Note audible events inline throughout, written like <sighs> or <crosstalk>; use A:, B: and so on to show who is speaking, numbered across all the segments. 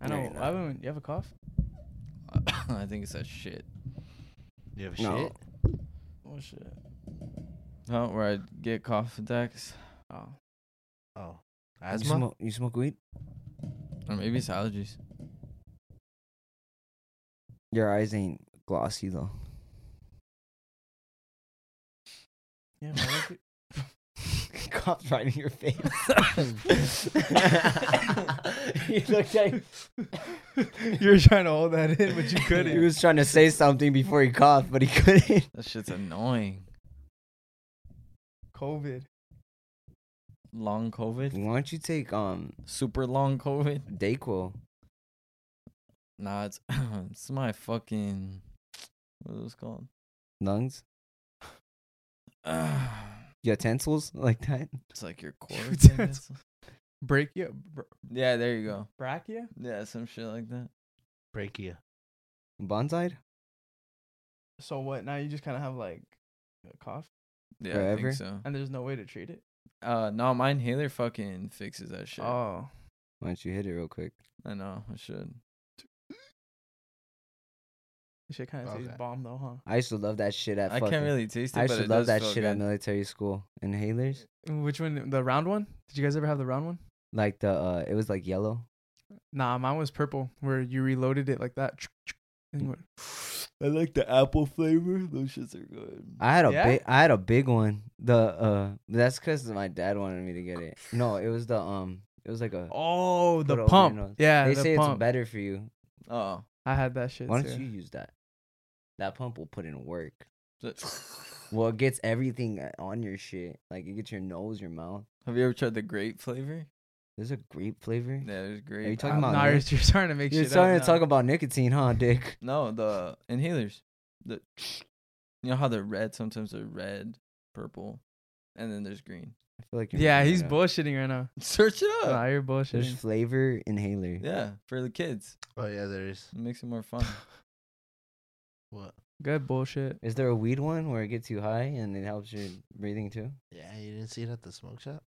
A: I
B: No,
A: know.
B: you're
A: I
B: not.
A: haven't. You have a cough?
C: <coughs> I think it's that shit.
D: You have
B: No.
D: shit?
A: Oh shit.
C: Oh, where I get cough attacks,
A: Oh.
D: Oh.
B: You
D: Asthma?
B: smoke, you smoke weed?
C: or maybe it's allergies.
B: Your eyes ain't glossy though. <laughs>
A: Yeah. Bro, <laughs> look at-
B: Coughed right in
C: <laughs>
B: your face. he looked like
A: <laughs> you were trying to hold that
B: <laughs>
A: in, <laughs> but you
B: he
A: couldn't.
B: was trying to say something before he coughed, but he couldn't. <laughs>
C: That shit's annoying.
A: COVID.
C: Long COVID,
B: Why don't you take um
C: super long COVID.
B: Dayquil?
C: Nah, it's <clears throat> it's my fucking what is it called? <sighs>
B: Lungs? Utensils like that?
C: it's like
B: <laughs>
C: your cords. I guess.
A: Brachia. Br-
C: yeah, there you go.
A: brachia.
C: Yeah, some shit like that.
D: Brachia.
B: Bonsai?
A: So what? Now you just kind of have like a cough,
C: Yeah, I
B: Forever?
C: think so.
A: and there's no way to treat it.
C: Uh, no, my inhaler fucking fixes that shit.
A: Oh.
B: Why don't you hit it real quick?
C: I know, I should.
A: This shit kind of
D: Love
A: tastes
D: that.
A: bomb though, huh?
B: I used to love that shit at
C: I
B: fucking.
C: can't really taste it.
B: I
C: but
B: used to
C: it
B: love
C: does
B: that
C: feel
B: shit at
C: good.
B: military school. Inhalers,
A: Mm, Which one? The round one? Did you guys ever have the round one?
B: like the uh, it was like yellow.
A: Nah, mine was purple, where you reloaded it like that. And you went,
C: I like the apple flavor. Those shits are good.
B: I had a
A: Yeah?
B: big, I had a big one. The uh, that's because my dad wanted me to get it. No, it was the um, it was like a.
A: Oh,
B: Put
A: the
B: over
A: pump.
B: your nose.
A: Yeah,
B: they
A: the
B: say
A: pump.
B: it's better for you.
C: Oh.
A: I had that shit
B: Why
A: too.
B: don't you use that? That pump will put in work.
C: Have
B: Well, it gets everything uh, on your shit. Like it gets your nose, your mouth.
C: you ever tried the grape flavor?
B: There's a grape flavor.
C: Yeah, there's grape. Uh,
B: you talking
A: I'm-
B: about
A: nah, you're,
B: nose?
A: Uh, you're starting to make
B: You're
A: shit
B: starting
A: up
B: to
A: now.
B: talk about nicotine, huh, Dick? <laughs>
C: No, the inhalers. The you know how they're red. Sometimes they're red, purple, and then there's green. <laughs>
B: I feel like you're
A: Yeah,
B: making
A: he's
B: that up.
A: bullshitting right now.
C: Search it
A: Nah,
C: up.
A: you're
B: There's
A: bullshitting.
B: flavor inhaler.
C: Yeah, for the kids,
D: Oh, yeah, there is.
C: it makes it more fun.
D: What?
A: Good bullshit.
B: Is there a weed one where it gets you high and it helps your breathing too?
D: Yeah, you didn't see it at the smoke shop?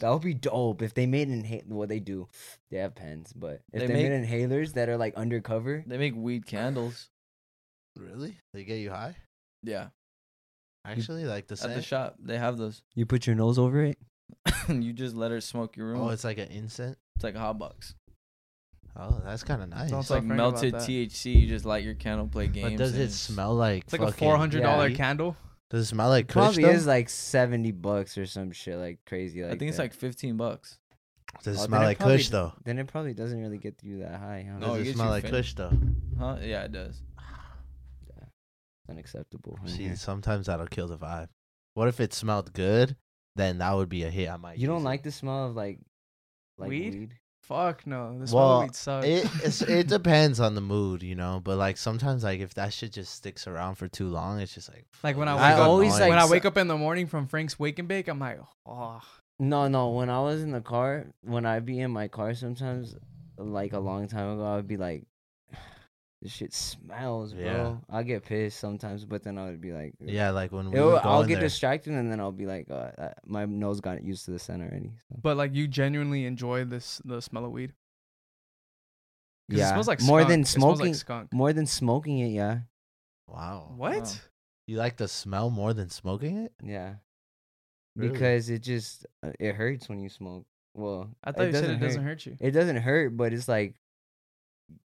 B: That would be dope if they made inhale. Well, they do. They have pens, but if
C: They
B: they, made inhalers that are like undercover,
C: they make weed candles.
D: Really? They get you high?
C: Yeah,
D: Actually, like the
C: at the
D: scent?
C: shop they have those. <laughs>
B: you put your nose over it.
C: you just let her smoke your room.
D: Oh,
C: it's,
D: it's like an incense?
C: like a hot box.
D: Oh, that's kind of nice.
A: all
C: It's like
A: Frank about
C: melted
A: that.
C: THC. You just light your candle, play games.
D: But does
C: and
D: it
C: it's-
D: smell like
A: It's like a
D: fucking
A: four hundred dollar
D: weed?
A: candle.
D: Does it smell like Kush,
B: Probably
D: though?
B: is like seventy bucks or some shit like crazy.
C: I
B: Like
C: think it's
B: that.
C: like fifteen bucks.
B: Oh,
D: Does it
B: then
D: smell
B: it
D: like
B: probably
D: Kush
B: d-
D: though?
B: Then it probably doesn't really get you that high. Huh?
C: No, it
D: Does it
C: gets
D: smell
C: you
D: like
C: fin-
D: Kush though?
C: Huh? Yeah, it does.
B: unacceptable. in
D: See,
B: here.
D: sometimes that'll kill the vibe. What if it smelled good? Then that would be a hit. I might.
B: You don't
D: use
B: like
D: it.
B: the smell of like, like
A: Weed?
B: weed.
A: Fuck no. This
D: Well,
A: weed sucks. <laughs>
D: It it's, it depends on the mood, you know. But like sometimes, like if that shit just sticks around for too long, it's just like.
A: Like when I
D: fuck,
A: wake
D: it's
A: up-
B: always,
D: annoying.
A: when I
B: like,
A: wake up in the morning from Frank's wake and bake, I'm like, oh,
B: No, no. When I was in the car, when I'd be in my car sometimes, like a long time ago, I'd be like, <sighs> "This shit smells, bro."
D: Yeah.
B: I get pissed sometimes, but then I would be like,
D: yeah, like when we
B: It will-
D: would go
B: I'll
D: in
B: get
D: there.
B: distracted, and then I'll be like, uh, uh, "My nose got used to the scent already." So.
A: but like you genuinely enjoy this the smell of weed. 'Cause
B: Yeah,
A: It smells like
B: more
A: skunk.
B: than
A: It smells
B: smoking.
A: like skunk.
B: more than smoking it, yeah,
D: Wow,
A: What?
D: you like the smell more than smoking it?
B: yeah,
D: Really?
B: because it just uh, it hurts when you smoke. Well,
A: I thought you said it doesn't hurt you.
B: it doesn't hurt, but it's like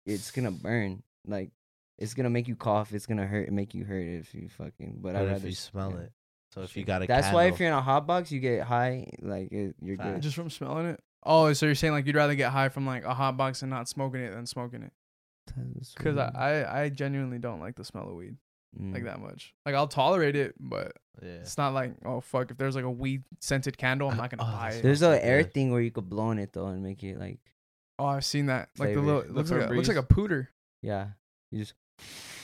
B: it's gonna burn. Like it's gonna make you cough. It's gonna hurt. Make you hurt if you fucking. But
D: But
B: I
D: if you smell it, so if you got a
B: That's why if
D: candle-
B: you're in a hot box, you get high. Like it, you're
D: Facts.
B: good.
A: Just from smelling it. Oh, so you're saying like you'd rather get high from like a hot box and not smoking it than smoking it? Because
B: Mm.
A: I, I I genuinely don't like the smell of weed like that much. Like I'll tolerate it, but
D: yeah.
A: it's not like oh fuck. If there's like a weed scented candle, I'm not gonna
D: Oh,
A: buy
D: that's
A: it.
B: There's
D: smells
B: a
D: so
B: air
D: good.
B: thing where you could blow in it though and make it like
A: Oh, I've seen that. Like the
B: Flavors.
A: little it
C: The
A: looks like a, looks
C: Febreze.
A: like a pooter.
B: yeah. You just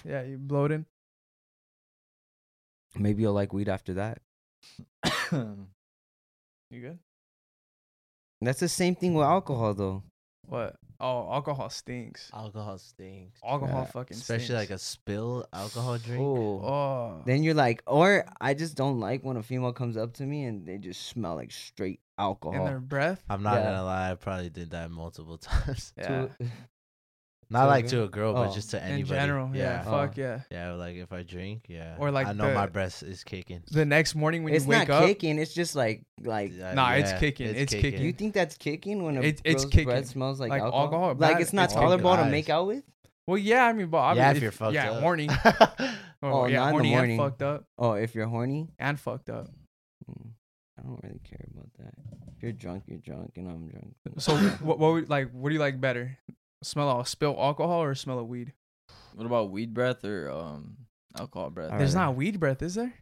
A: Yeah, you blow it in.
B: maybe you'll like weed after that.
C: Wow.
A: You good?
D: Mm.
B: That's the same thing with alcohol though.
A: What? Oh, alcohol stinks.
D: Alcohol stinks.
A: Alcohol
B: Yeah,
A: fucking
D: Ah, Especially like
A: stinks.
D: a spilled alcohol drink.
B: Oh.
A: oh.
B: Then you're like, or I just don't like when a female comes up to me and they just smell like straight
A: in
B: alcohol.
A: their breath.
D: I'm not
B: Yeah.
D: gonna lie, I probably did that multiple <laughs> times.
A: Yeah.
B: To- <laughs>
D: Not
B: To a
D: like
B: girl?
D: to a girl, but
B: Oh.
D: just to
A: In
D: anybody.
A: general, yeah.
D: yeah.
A: Fuck
B: Oh.
A: yeah.
D: Yeah, like if I drink, yeah.
A: Or, like,
D: I know my
A: the-
D: breast is kicking.
A: The next morning when
B: it's
A: you wake
B: not
A: up,
B: kicking. It's just like like
D: Yeah,
A: Nah, it's
D: yeah,
A: kicking, it's kicking.
B: you think that's kicking when a
A: It- it's
B: girl's
A: kicking.
B: breath smells like,
A: Like
B: alcohol.
A: alcohol,
B: like
A: bad-
B: it's not
A: it's kicking.
B: tolerable to
D: Guys.
B: make out with.
A: well, yeah, I mean, but I mean,
D: yeah, if, you're fucked
A: yeah,
D: up. <laughs>
A: horny. Oh,
B: Oh,
A: yeah,
B: not in the
A: horny
B: morning.
A: and fucked up
B: Oh, if you're horny,
A: and fucked up.
B: mm, I don't really care about that. If you're drunk, you're drunk, and I'm drunk. <laughs>
A: So what? What would, like? What do you like better? Smell of spill alcohol or smell of weed?
C: What about weed breath or um alcohol breath?
B: Alright.
A: There's
B: Either.
A: not weed breath, is there?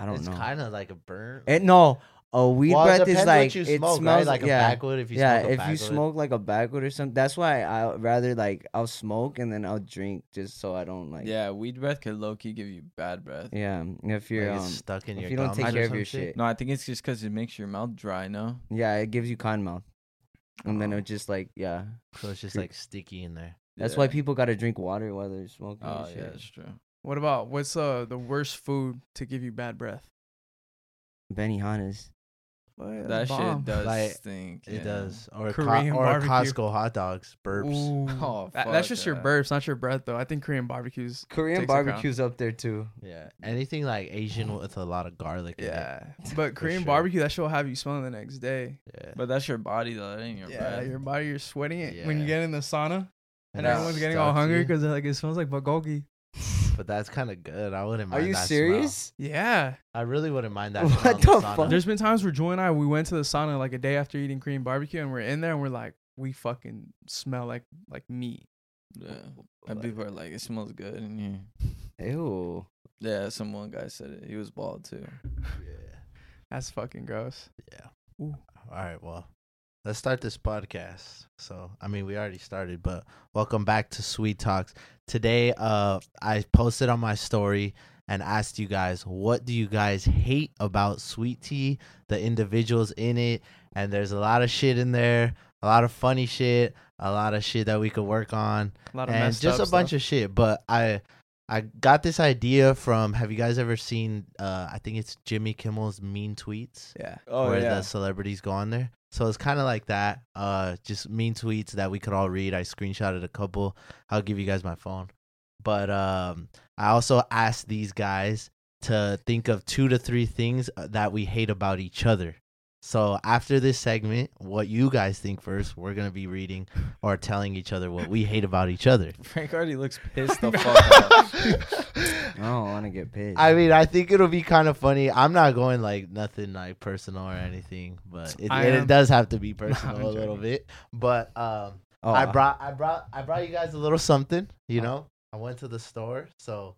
B: I don't
D: it's
B: know.
D: kind of like a burn.
B: It, no, a weed
D: Well, it
B: breath is
D: depends what
B: like
D: you
B: it
D: smoke, right?
B: smells
D: like
B: yeah.
D: a backwood. If you
B: yeah,
D: smoke
B: if
D: a
B: you
D: backwood.
B: smoke like a backwood or something, that's why I rather like I'll smoke and then I'll drink just so I don't like.
C: yeah, weed breath could low key give you bad breath.
B: yeah. If you're
D: like
B: um,
D: it's stuck in
B: if
D: your
B: you don't
D: gums
B: take
D: or
B: care of
D: some
B: your shit,
C: No, I think it's just because it makes your mouth dry. No,
B: um, yeah, it gives you con mouth, and then it just like yeah.
D: so it's just
B: True.
D: like sticky in there.
B: That's
C: Yeah.
B: why people gotta drink water while they're smoking. and
C: Oh yeah,
B: shit.
C: that's true.
A: What about what's uh the worst food to give you bad breath?
B: Benihana's.
A: What?
C: That shit does
D: Like,
C: stink.
D: It
C: yeah.
D: does, or a co-
A: Korean
D: or a
A: barbecue.
D: Costco hot dogs burps.
C: Oh,
A: That-
C: fuck
A: that's just your
C: that.
A: burps, not your breath though. I think Korean barbecues.
B: Korean
A: Takes a crown.
B: barbecue's up there too.
D: Yeah, anything like Asian with a lot of garlic. <laughs>
A: Yeah, but
D: For
A: Korean
D: sure.
A: barbecue that shit will have you smelling the next day.
D: in it. yeah.
C: But that's your body though. That ain't your
A: yeah,
C: breath.
A: your body you're sweating it when you
D: Yeah.
A: get in the sauna, and
D: that
A: everyone's getting all
D: stuck to
A: hungry
D: you.
A: because they're like it smells like bulgogi.
D: But that's kind of good. I wouldn't.
B: Are
D: Mind
B: you
D: that smell.
B: serious?
A: Yeah,
D: I really wouldn't mind
B: <laughs>
D: that.
B: What
D: smell in
B: the
D: sauna.
B: fuck?
A: there's been times where Joy and I we went to the sauna like a day after eating Korean barbecue, and we're in there and we're like we fucking smell like like meat.
C: Yeah. And people are like, it smells good in here.
B: Ew.
C: Yeah, some one guy said it. He was bald too.
D: Yeah.
A: That's fucking gross.
D: Yeah.
A: Ooh.
D: All right. Well, let's start this podcast. So, I mean, we already started, but welcome back to Sweet Talks. Today, uh, I posted on my story and asked you guys, what do you guys hate about Sweet Tea, the individuals in it? And there's a lot of shit in there, a lot of funny shit, a lot of shit that we could work on
A: A lot of
D: and
A: messed
D: just
A: up
D: a bunch
A: stuff.
D: of shit. But I I got this idea from. Have you guys ever seen? Uh, I think it's Jimmy Kimmel's Mean Tweets,
A: yeah.
C: Oh
D: where
C: yeah.
D: the celebrities go on there. So it's kind of like that. Uh, just mean tweets that we could all read. I screenshotted a couple. I'll give you guys my phone. But um, I also asked these guys to think of two to three things uh, that we hate about each other. So after this segment, what you guys think first, we're gonna be reading or telling each other what we hate about each other.
C: <laughs> Frank already looks pissed <laughs> the fuck off.
A: <laughs>
B: I don't want to get pissed.
D: I mean, I think it'll be kind of funny. I'm not going like nothing like personal or anything, but it,
A: I
D: and
A: am-
D: it does have
A: <laughs>
D: to be
A: I'm
D: personal a little
A: joking.
D: bit. But um,
B: oh,
D: I brought, I brought, I brought you guys a little something. You know, I went to the store, so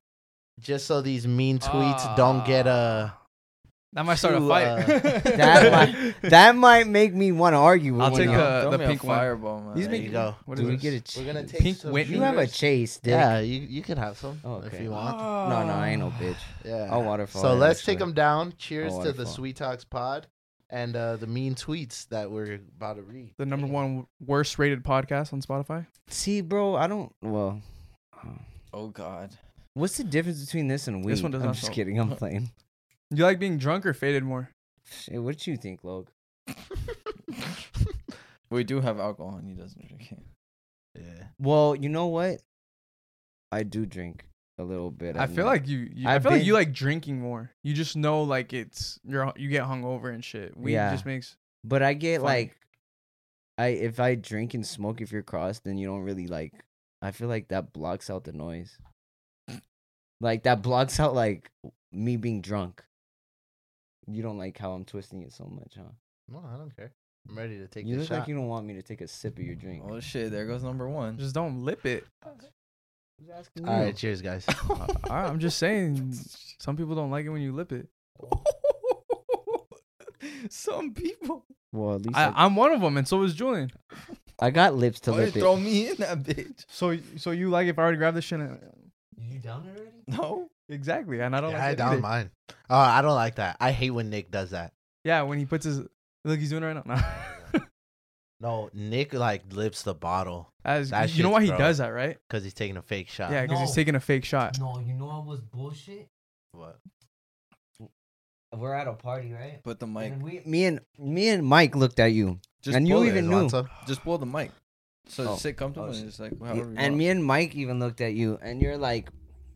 D: just so these mean tweets
A: Ah,
D: don't get uh, a.
A: That might start a
D: to,
A: fight. <laughs>
D: uh,
B: that that might make make me want to argue with
A: I'll
B: you
A: take
B: now.
A: the-
C: uh, Throw
A: the
C: me
A: pink
C: a
A: one.
C: fireball, man.
A: These
D: There
A: make-
D: you go.
A: What
B: Do
A: is
B: we
A: this?
B: get a
D: We're
B: chase?
D: gonna take
A: Pink
D: some
A: Whitney?
B: You have a
D: viewers.
B: chase, dick.
D: Yeah, you you can have some
B: Oh,
D: if
B: okay.
A: <gasps>
D: you want.
B: No, no, I ain't
A: <sighs>
B: no bitch.
D: Yeah.
B: I'll waterfall.
D: So
B: it,
D: let's take
B: actually.
D: them down. Cheers to the
B: wonderful.
D: Sweet Talks pod and uh, the mean tweets that we're about to read.
A: The number
D: Damn. <laughs>
A: one <laughs> worst rated podcast on Spotify.
B: See, bro, I don't. Well,
C: Oh god.
B: what's the difference between this and weed?
A: This one does
B: I'm
A: not
B: just
A: smoke.
B: kidding.
A: <laughs>
B: I'm playing.
A: You like being drunk or faded more?
B: Shit, what do you think, Logue?
C: We do have alcohol and he doesn't drink it.
D: Yeah.
B: Well, you know what? I do drink a little bit.
A: I
B: at
A: feel
B: night.
A: like you. you I
B: I've
A: feel like you
B: been-
A: like drinking more. You just know like it's you're you get hungover and shit. Weed
B: Yeah.
A: just makes
B: But I get
A: Funny.
B: like, I if I drink and smoke, if you're crossed, then you don't really like. I feel like that blocks out the noise. Like that blocks out like me being drunk. You don't like how I'm twisting it so much, huh?
D: No, I don't care. I'm ready to take
B: you
D: this
B: look
D: shot.
B: like you don't want me to take a sip of your drink.
C: Oh shit, there goes number one.
A: just don't
B: <laughs>
A: lip it.
B: Who's asking
D: All
B: you?
D: right, cheers, <laughs> guys.
A: All right, I'm just saying. Some people don't like it when you lip <laughs> it.
C: Some people.
B: Well, at least I,
A: I, I'm one of them, and so is Julian.
B: I got lips
D: Oh,
B: to
C: Why you
B: lip it.
C: throw me in that bitch?
A: So so you like if I already grabbed this shit? and-
D: you down already?
C: <laughs> No.
A: Exactly, and I don't.
D: yeah,
A: like
D: I
A: that
D: down
A: either.
D: mine. Oh, I don't like that. I hate when Nick does that.
A: <laughs> Yeah, when he puts his look, he's doing it right now.
D: No, Nick like lips the bottle
A: As
D: That
A: you know why
D: shit's
A: he
D: gross.
A: does that, right?
D: because he's taking a fake shot.
A: Yeah, because he's
B: No.
A: taking a fake shot.
B: No, you know I was bullshit.
D: What?
B: We're at a party, right?
C: Put the mic.
B: And we, me and me and Mike looked at you,
C: Just
B: and
C: pull
B: you
C: it.
B: even knew.
C: Just pull the mic. So
B: Oh.
C: sit comfortable
B: Oh,
C: and just like
B: Yeah,
C: however you
B: and
C: want.
B: me and Mike even looked at you, and you're like,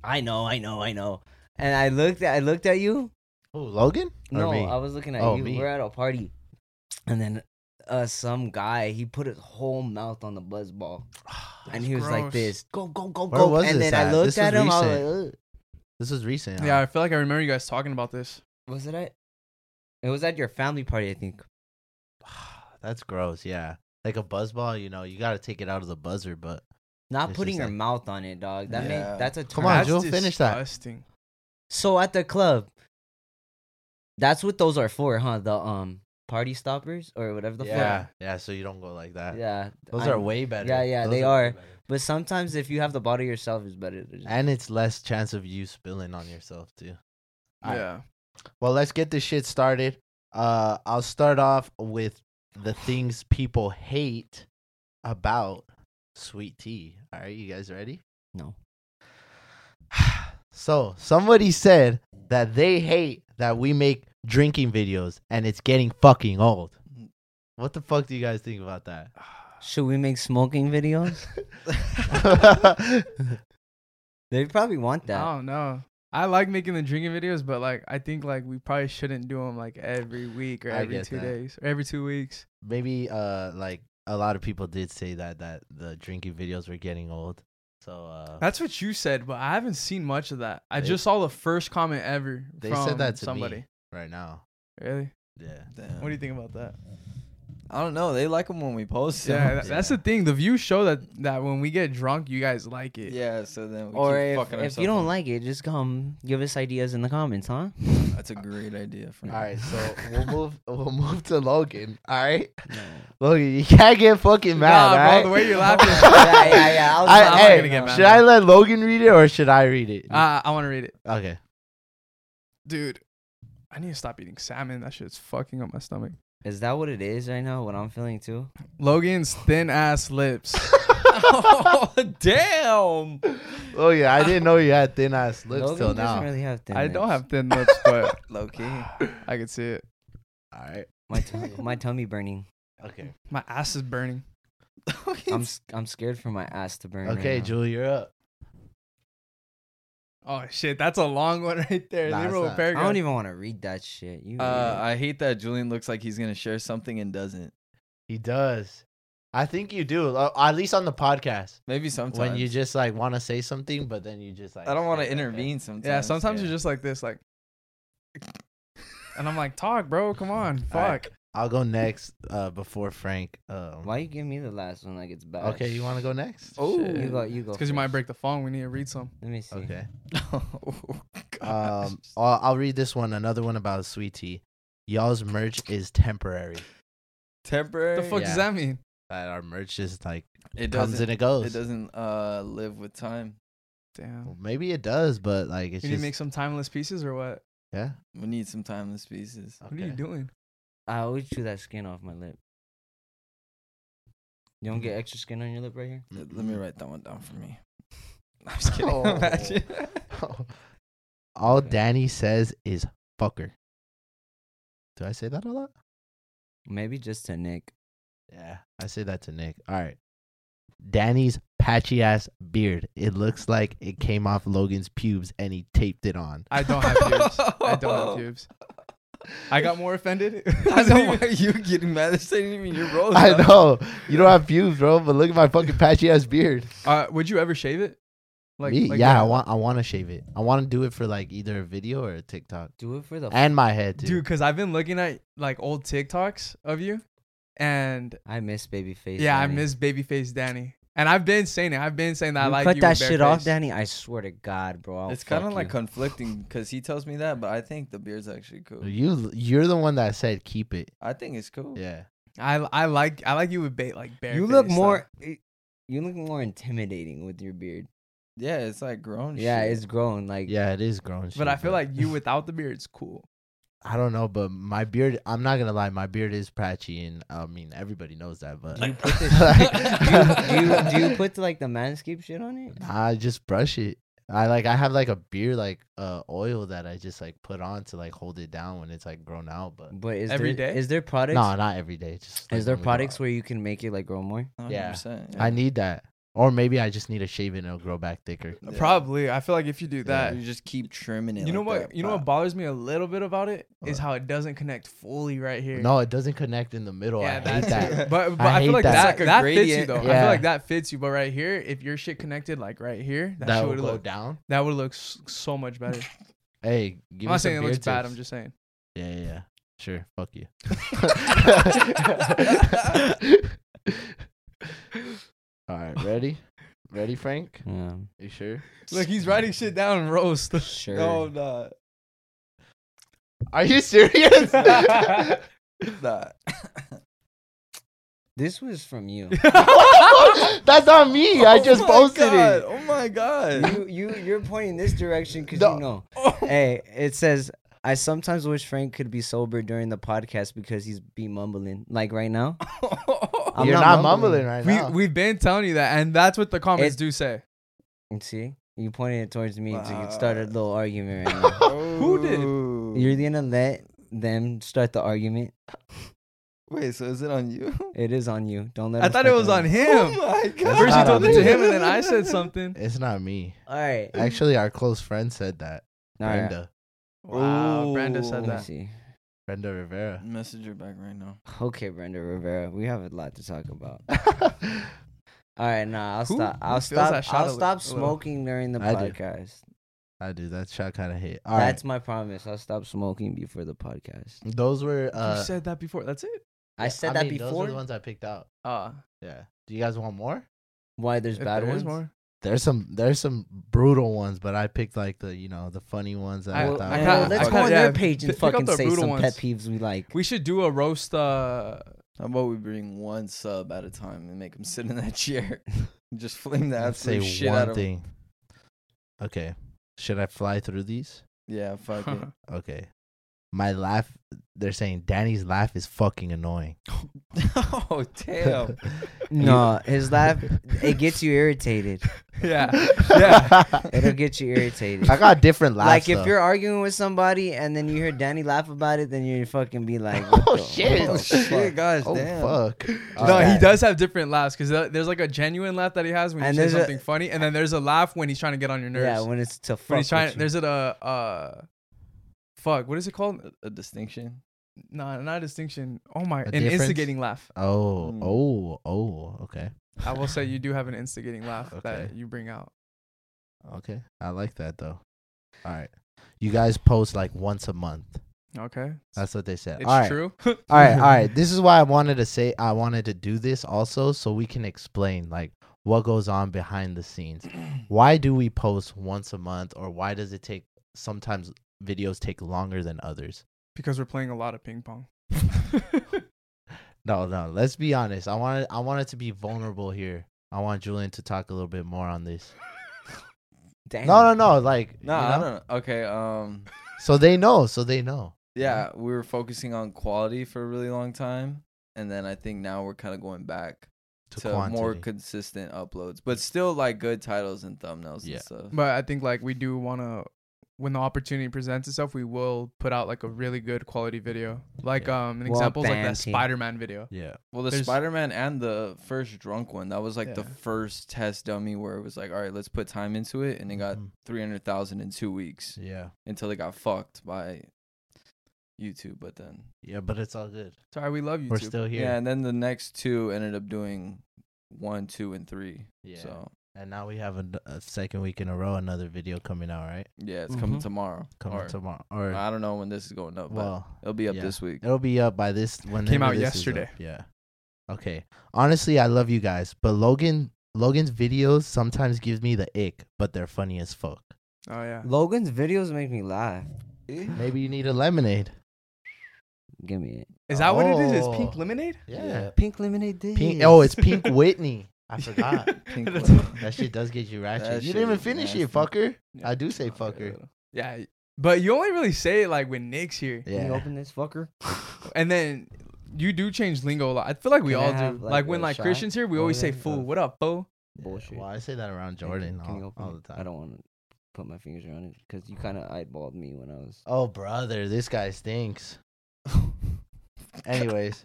B: "I know, I know, I know." And I looked at I looked at you.
D: Who, Logan? Or
B: No,
D: me?
B: I was looking at
D: Oh,
B: you.
D: me.
B: We're at a party, and then uh, some guy he put his whole mouth on the buzz ball, and
A: That's
B: he was like
A: gross.
B: this, go go go
D: Where
B: go,
D: was
B: and
D: this
B: then I
D: at?
B: looked
D: This was
B: at him. I
D: recent.
B: was like, Ugh.
D: <sighs> this was recent. huh?
A: Yeah, I feel like I remember you guys talking about this.
B: "Was it at? It was at your family party, I think."
D: <sighs> That's gross. Yeah. Like a buzz ball, you know, you got to take it out of the buzzer, but
B: Not
D: It's
B: putting
D: just
B: your
D: like-
B: mouth on it, dog. That
C: Yeah.
B: made, that's a
D: Come
B: turn
D: on,
B: off.
A: That's
D: Joel, finish that.
A: disgusting.
B: So at the club, that's what those are for, huh? The um party stoppers or whatever the
D: yeah.
B: fuck.
D: Yeah. So you don't go like that.
B: Yeah,
D: Those
B: I-
D: are way better.
B: Yeah, yeah,
D: Those
B: they
D: way
B: are.
D: better.
B: But sometimes if you have the bottle yourself, it's better. to just-
D: And it's less chance of you spilling on yourself, too. Alright.
A: Yeah.
D: Well, let's get this shit started. Uh, I'll start off with the things people hate about sweet tea. All right, you guys ready?
B: No.
D: So, somebody said that they hate that we make drinking videos and it's getting fucking old. What the fuck do you guys think
A: <laughs>
D: about that? <laughs>
B: Should we make smoking videos? they probably want that.
D: Oh,
A: I don't know. I like making the drinking videos, but like I think like we probably shouldn't do them like every week or
D: I
A: every
D: get
A: two
D: that.
A: days or every two weeks.
D: Maybe uh like a lot of people did say that that the drinking videos were getting old. So uh
A: That's what you said, but I haven't seen much of that. I
D: They-
A: just saw the first comment ever.
D: they said
A: from
D: that to
A: somebody.
D: me right now.
A: Really?
D: Yeah.
C: Damn.
A: What do you think about that?
C: I don't know. They like them when we post.
A: yeah,
C: them.
A: that- that's the thing. The views show that that when we get drunk, you guys like
C: <laughs>
A: it.
C: Yeah. So then we
B: or
C: keep
B: if,
C: fucking
B: if you don't like it, just come give us ideas in the comments,
D: <laughs>
B: huh?
C: like, that's a great idea. For
D: All right, so we'll move we'll move to Logan. All right,
B: No.
D: Logan, you can't get fucking mad.
A: nah,
D: all right?
A: bro, the way you're
D: <laughs>
A: laughing.
B: yeah, yeah, yeah. I was
D: I-
B: not- I'm not
D: hey,
A: gonna get mad.
D: should I let Logan read it or should I read it?
A: Uh, I want to read it,
D: okay.
A: dude. I need to stop eating salmon. That shit's fucking up my stomach.
B: Is that what it is right now? What I'm feeling too?
A: Logan's thin ass lips.
C: oh, <laughs> damn.
D: Oh yeah, I didn't know you had thin ass lips
B: Logan
D: till
B: doesn't
D: now.
B: really have thin
A: I don't
B: lips.
A: have thin lips,
C: <laughs>
A: but
C: Low key.
A: I could see it.
D: All right.
B: my tum- my tummy burning.
D: Okay.
A: My ass is burning.
B: I'm s- I'm scared for my ass to burn. right
D: Okay,
B: now.
D: Jewel, you're up.
A: Oh shit, that's a long one right there.
D: Nah,
A: they
D: it's
A: wrote a
D: not.
B: I
A: paragraph.
B: don't even want to read that shit. You.
C: Uh,
B: idiot.
C: I hate that Julian looks like he's gonna share something and doesn't.
D: He does. I think you do. uh, At least on the podcast,
C: Maybe sometimes
D: when <laughs> you just like want to say something, but then you just like
C: I don't want to
D: say nothing.
C: intervene. Sometimes.
A: yeah, sometimes <laughs>
C: yeah.
A: you're just like this, like, and I'm like, talk, bro, come on, fuck.
D: Alright. I'll go next uh, before Frank. Um,
B: Why you give me the last one like it's bad?
D: okay, you want to go next?
C: Oh.
B: You go. You go.
A: because you might
B: first.
A: break the phone. We need to read some.
B: <sighs> Let me see.
D: Okay.
C: <laughs> oh, gosh. <laughs>
D: Um, I'll, I'll read this one. Another one about sweet tea. Y'all's merch is temporary.
C: temporary.
A: The fuck
D: Yeah.
A: does that mean?
D: That our merch is like
C: It
D: comes
C: doesn't.
D: and it goes.
C: It doesn't uh live with time.
A: Damn.
D: Well, maybe it does, but like it's
A: You need to
D: just
A: make some timeless pieces or what?
D: yeah.
C: We need some timeless pieces.
A: What are you
D: okay.
A: doing?
B: I always chew that skin off my lip. You don't
D: Mm-hmm.
B: get extra skin on your lip right here.
C: <laughs> Let, let
D: <laughs>
C: me write that one down for me. I'm just kidding.
D: Oh.
C: Imagine.
D: <laughs> All
B: Okay.
D: Danny says is fucker. Do I say that a lot?
B: Maybe just to Nick.
D: Yeah, I say that to Nick. All right. Danny's patchy ass beard. It looks like it came off Logan's pubes and he taped it on.
A: I don't have pubes. I don't
C: <laughs>
A: have pubes. I got more offended. <laughs>
C: I
A: Wasn't
C: know
A: even-
C: why you getting mad. This ain't even your
B: Oh,
C: role.
D: I
C: dog.
D: know. You don't have pubes, bro, but look at my fucking patchy ass
B: <laughs>
D: beard.
A: Uh, would you ever shave it?
D: Me? yeah, I want I want to shave it. I want to do it for like either a video or a TikTok.
B: Do it for the.
D: And my head, too.
A: dude, because I've been looking at like old TikToks of you, and
B: I miss baby face.
A: yeah, I
B: Danny.
A: miss babyface Danny, and I've been saying it. I've been saying that I
B: You
A: like
B: cut
A: you
B: that
A: with
B: shit
A: bare
B: off,
A: face.
B: Danny. I swear to God, bro. I'll
C: It's kind
B: fuck
C: of like
B: you.
C: conflicting
B: <sighs>
C: because he tells me that, but I think the beard's actually cool.
D: You you're the one that said keep it.
C: I think it's cool.
D: Yeah.
A: I I like I like you with bait like bare.
B: you look
A: face,
B: more. eh, You look more intimidating with your beard.
C: Yeah,
A: Oh,
C: it's like grown.
B: Yeah,
C: shit.
B: it's grown. Like
D: Yeah, it is grown
A: though. But I feel like you without the beard's cool.
D: I don't know, but my beard. I'm not gonna lie, my beard is patchy, and I mean everybody knows that. But
B: Do you
C: put
D: <laughs>
C: this-
D: Like-
B: do you do
C: <laughs>
A: <laughs>
B: you put like the manscaped shit on it?
D: I just brush it. I like I have like a beard like uh oil that I just like put on to like hold it down when it's like grown out. But
B: But is
A: Every
B: there,
A: day?
B: is there products?
D: no, not every day. Just like,
B: is there
D: when we go out.
B: products where you can make it like grow
D: <laughs>
B: more?
D: Yeah.
C: 100%,
D: I need that, or maybe I just need to shave it and it'll grow back thicker.
C: Yeah.
A: Probably. I feel like if you do
C: Yeah,
A: that,
C: you just keep trimming it.
A: you know
C: like
A: what?
C: that,
A: You know what
C: pop.
A: bothers me a little bit about it is
D: What?
A: how it doesn't connect fully right here.
D: No, it doesn't connect in the middle.
A: Yeah,
D: I hate
A: that's <laughs>
D: that.
A: it. But, but
D: I
A: I,
D: hate
A: feel like
D: that.
A: that,
C: It's like a
A: that fits you
C: gradient.
A: though. I
D: Yeah.
A: feel like that fits you. But right here, if your shit connected like right here, that,
D: That
A: shit
D: will
A: would
D: go
A: look
D: down.
A: that would look s- so
D: <laughs>
A: much better.
D: Hey, give
A: I'm
D: me
A: not
D: some
A: saying it
D: beard
A: looks bad.
D: tips.
A: I'm just saying.
D: <laughs> Yeah, yeah, yeah. Sure. Fuck
A: <laughs>
D: you. <laughs> All right, ready? Ready, Frank?
A: <laughs>
B: Yeah.
D: You sure?
A: Look, he's writing shit down in roast.
D: <laughs>
B: Sure.
C: No, I'm not.
D: Are you serious? <laughs>
C: Not. <laughs>
B: This was from
A: <laughs>
B: you.
D: That's not me. I
C: Oh
D: just
C: my
D: posted
C: God,
D: it.
C: Oh my god.
B: you you you're pointing this direction because
D: No.
B: you know.
A: <laughs> Oh.
B: Hey, it says I sometimes wish Frank could be sober during the podcast because he's be mumbling like right
A: <laughs>
B: now. I'm
D: You're
B: not
D: not
B: mumbling.
D: mumbling, right
A: we
D: now.
A: we've been telling you that, and that's what the comments
B: It-
A: do say.
B: And see, you pointed it towards me to get- start a
C: Wow.
B: little argument right
C: <laughs>
B: now. <laughs>
A: <laughs> Who did?
D: Oh.
C: Ooh.
B: You're gonna let them start the argument.
C: Wait, so is it on <laughs> you? Oh
B: It is on you. Don't let.
A: I
B: them start
A: thought it
B: the
A: was on
B: argument.
A: him.
D: <laughs>
C: my god.
A: First, you
D: not
A: told
D: on
A: it to
D: me.
A: him, and
C: <laughs>
A: then I said
D: <laughs>
A: something.
D: it's not me.
B: All right.
D: Actually, our close friend said that.
B: All right.
D: Brenda.
A: Wow, Brenda
C: Ooh.
A: said
B: Let me
A: that.
B: see.
D: Brenda Rivera.
C: Message her back right now.
B: Okay, Brenda Rivera. We have a lot to talk about. All right, nah, I'll
A: Who-
B: stop.
A: who
B: I'll
A: feels that
B: stop.
A: shot a
B: I'll
A: li- a
B: stop
A: little?
B: smoking during the
D: I do.
B: podcast.
D: <laughs> I do. That shot kind of hit. All right.
B: That's my promise. I'll stop smoking before the podcast.
D: Those were. Uh,
A: you said that before. That's it.
B: I said that
D: mean, Those
B: before.
D: were the ones I picked out.
A: Uh,
D: Yeah. Do you guys want more?
B: Why there's
A: if
B: bad
A: there
B: ones?
A: is more.
D: There's some. There's some brutal ones, but I picked like the you know the funny ones that I,
A: I-
D: thought.
A: I
D: were-
A: kinda-
B: Well, let's
A: I
B: go
A: kinda-
B: on their
A: yeah,
B: page and
A: pick up
B: fucking
A: the
B: say
A: brutal
B: some pet
A: ones.
B: peeves we like.
A: <laughs> We should do a roast. Uh,
C: How about we bring one sub at a time and make him sit in that chair? <laughs> Just fling the
D: Let's say
C: absolute shit out
D: one
C: of him.
D: thing. Okay. Should I fly through these?
C: Yeah, fuck it.
D: Okay. My laugh. They're saying Danny's laugh is fucking annoying.
C: <laughs> oh damn.
B: no, his
A: <laughs>
B: laugh it gets you irritated.
A: yeah, Yeah.
B: It'll get you irritated.
D: I got different laughs.
B: like
D: though.
B: if you're arguing with somebody and then you hear Danny laugh about it, then you're fucking be like, what
D: <laughs> Oh,
B: the-
D: shit.
C: oh
B: what the
C: shit,
B: fuck?
C: guys,
D: Oh
C: damn.
D: fuck.
A: no,
D: Alright.
A: he does have different laughs because there's like a genuine laugh that he has when
B: And
A: you say
B: there's a-
A: something funny, and then there's a laugh when he's trying to get on your nerves.
B: Yeah, when it's to fuck.
A: when he's
B: with
A: trying,
B: you.
A: there's it a uh, fuck, what is it called?
C: A, a distinction.
A: No, not a distinction. Oh my,
D: A
A: an
D: difference?
A: instigating laugh.
D: Oh,
C: Mm.
D: oh, oh. Okay.
A: I will say you do have an instigating
D: <laughs>
A: laugh
D: Okay.
A: that you bring out.
D: <laughs> Okay. I like that though. All right. You guys post like once a month.
A: Okay,
D: That's what they said.
A: it's
D: all right.
A: true.
D: All right.
C: <laughs>
A: <laughs>
D: All right. This is why I wanted to say I wanted to do this also so we can explain like what goes on behind
C: <clears throat>
D: the scenes. Why do we post once a month or why does it take sometimes videos take longer than others?
A: because we're playing a lot of ping
D: <laughs>
A: pong.
D: No, no. Let's be honest. I wanted I wanted to be vulnerable here. I want Julian to talk a little bit more on this.
B: Damn.
D: No, no, no. Like,
C: No,
D: you
C: I
D: know?
C: don't know. Okay, um
D: So they know. So they know.
C: yeah, we were focusing on quality for a really long time. And then I think now we're kind of going back
D: To,
C: to,
D: quantity.
C: more consistent uploads, but still like good titles and thumbnails
D: Yeah.
C: and stuff.
A: But I think like we do want to, when the opportunity presents itself, we will put out like a really good quality video. Like um, an
B: Well,
A: example's like that
B: Banty.
A: Spider-Man video.
D: yeah.
C: Well, the
A: There's-
C: Spider Man and the first drunk one, that was like the
A: Yeah.
C: first test dummy where it was like, all right, let's put time into it. And it got
D: Mhm.
C: 300,000 in two weeks
D: Yeah.
C: until it got fucked by YouTube. But then,
D: Yeah, but it's all good.
A: Sorry, we love you.
D: We're still here.
C: yeah. And then the next two ended up doing one, two, and three.
D: Yeah.
C: So,
D: And now we have a, a second week in a row, another video coming out, right?
C: yeah, it's coming
B: Mhm.
C: tomorrow.
D: Coming
C: or,
D: tomorrow. Or,
C: I don't know when this is going up, but
D: well,
C: it'll be up
D: yeah.
C: this week. <laughs>
D: it'll be up by this when
A: Came out yesterday.
D: Yeah. Okay. Honestly, I love you guys, but Logan Logan's videos sometimes give me the ick, but they're funny as fuck.
A: Oh yeah.
B: Logan's videos make me laugh.
D: Maybe you need a lemonade.
B: Give me it.
A: Is that what it is? Is
D: Oh.
A: pink lemonade?
D: Yeah.
B: Pink lemonade did.
D: Pink, oh, it's
B: <laughs>
D: Pink Whitney. I
A: <laughs>
D: forgot.
C: Pink
A: That's-
C: lemonade.
A: <laughs>
D: That shit does get you ratchet.
C: That
D: you
C: shit
D: didn't even
C: is
D: finish it,
C: nasty.
D: fucker.
A: Yeah.
D: I do say fucker.
A: Yeah, But you only really say it like when Nick's here,
B: Can you
D: Yeah.
B: open this
D: <laughs>
B: fucker?
A: and then you do change lingo a lot. I feel like we
B: Can I
A: all
B: have,
A: do. Like,
B: like,
A: when
B: a
A: like
B: shot?
A: Christian's here, we
B: Oh,
A: always
B: yeah.
A: say "fool." What up, fool?
B: Bullshit.
D: Well, I say that around
B: Hey,
D: Jordan
B: Can you
D: all,
B: open
D: all
B: it?
D: the
B: I
D: time.
B: don't want to put my fingers around it because you kind of eyeballed me when I was.
D: Oh, brother, this
B: <laughs>
D: guy stinks. Anyways,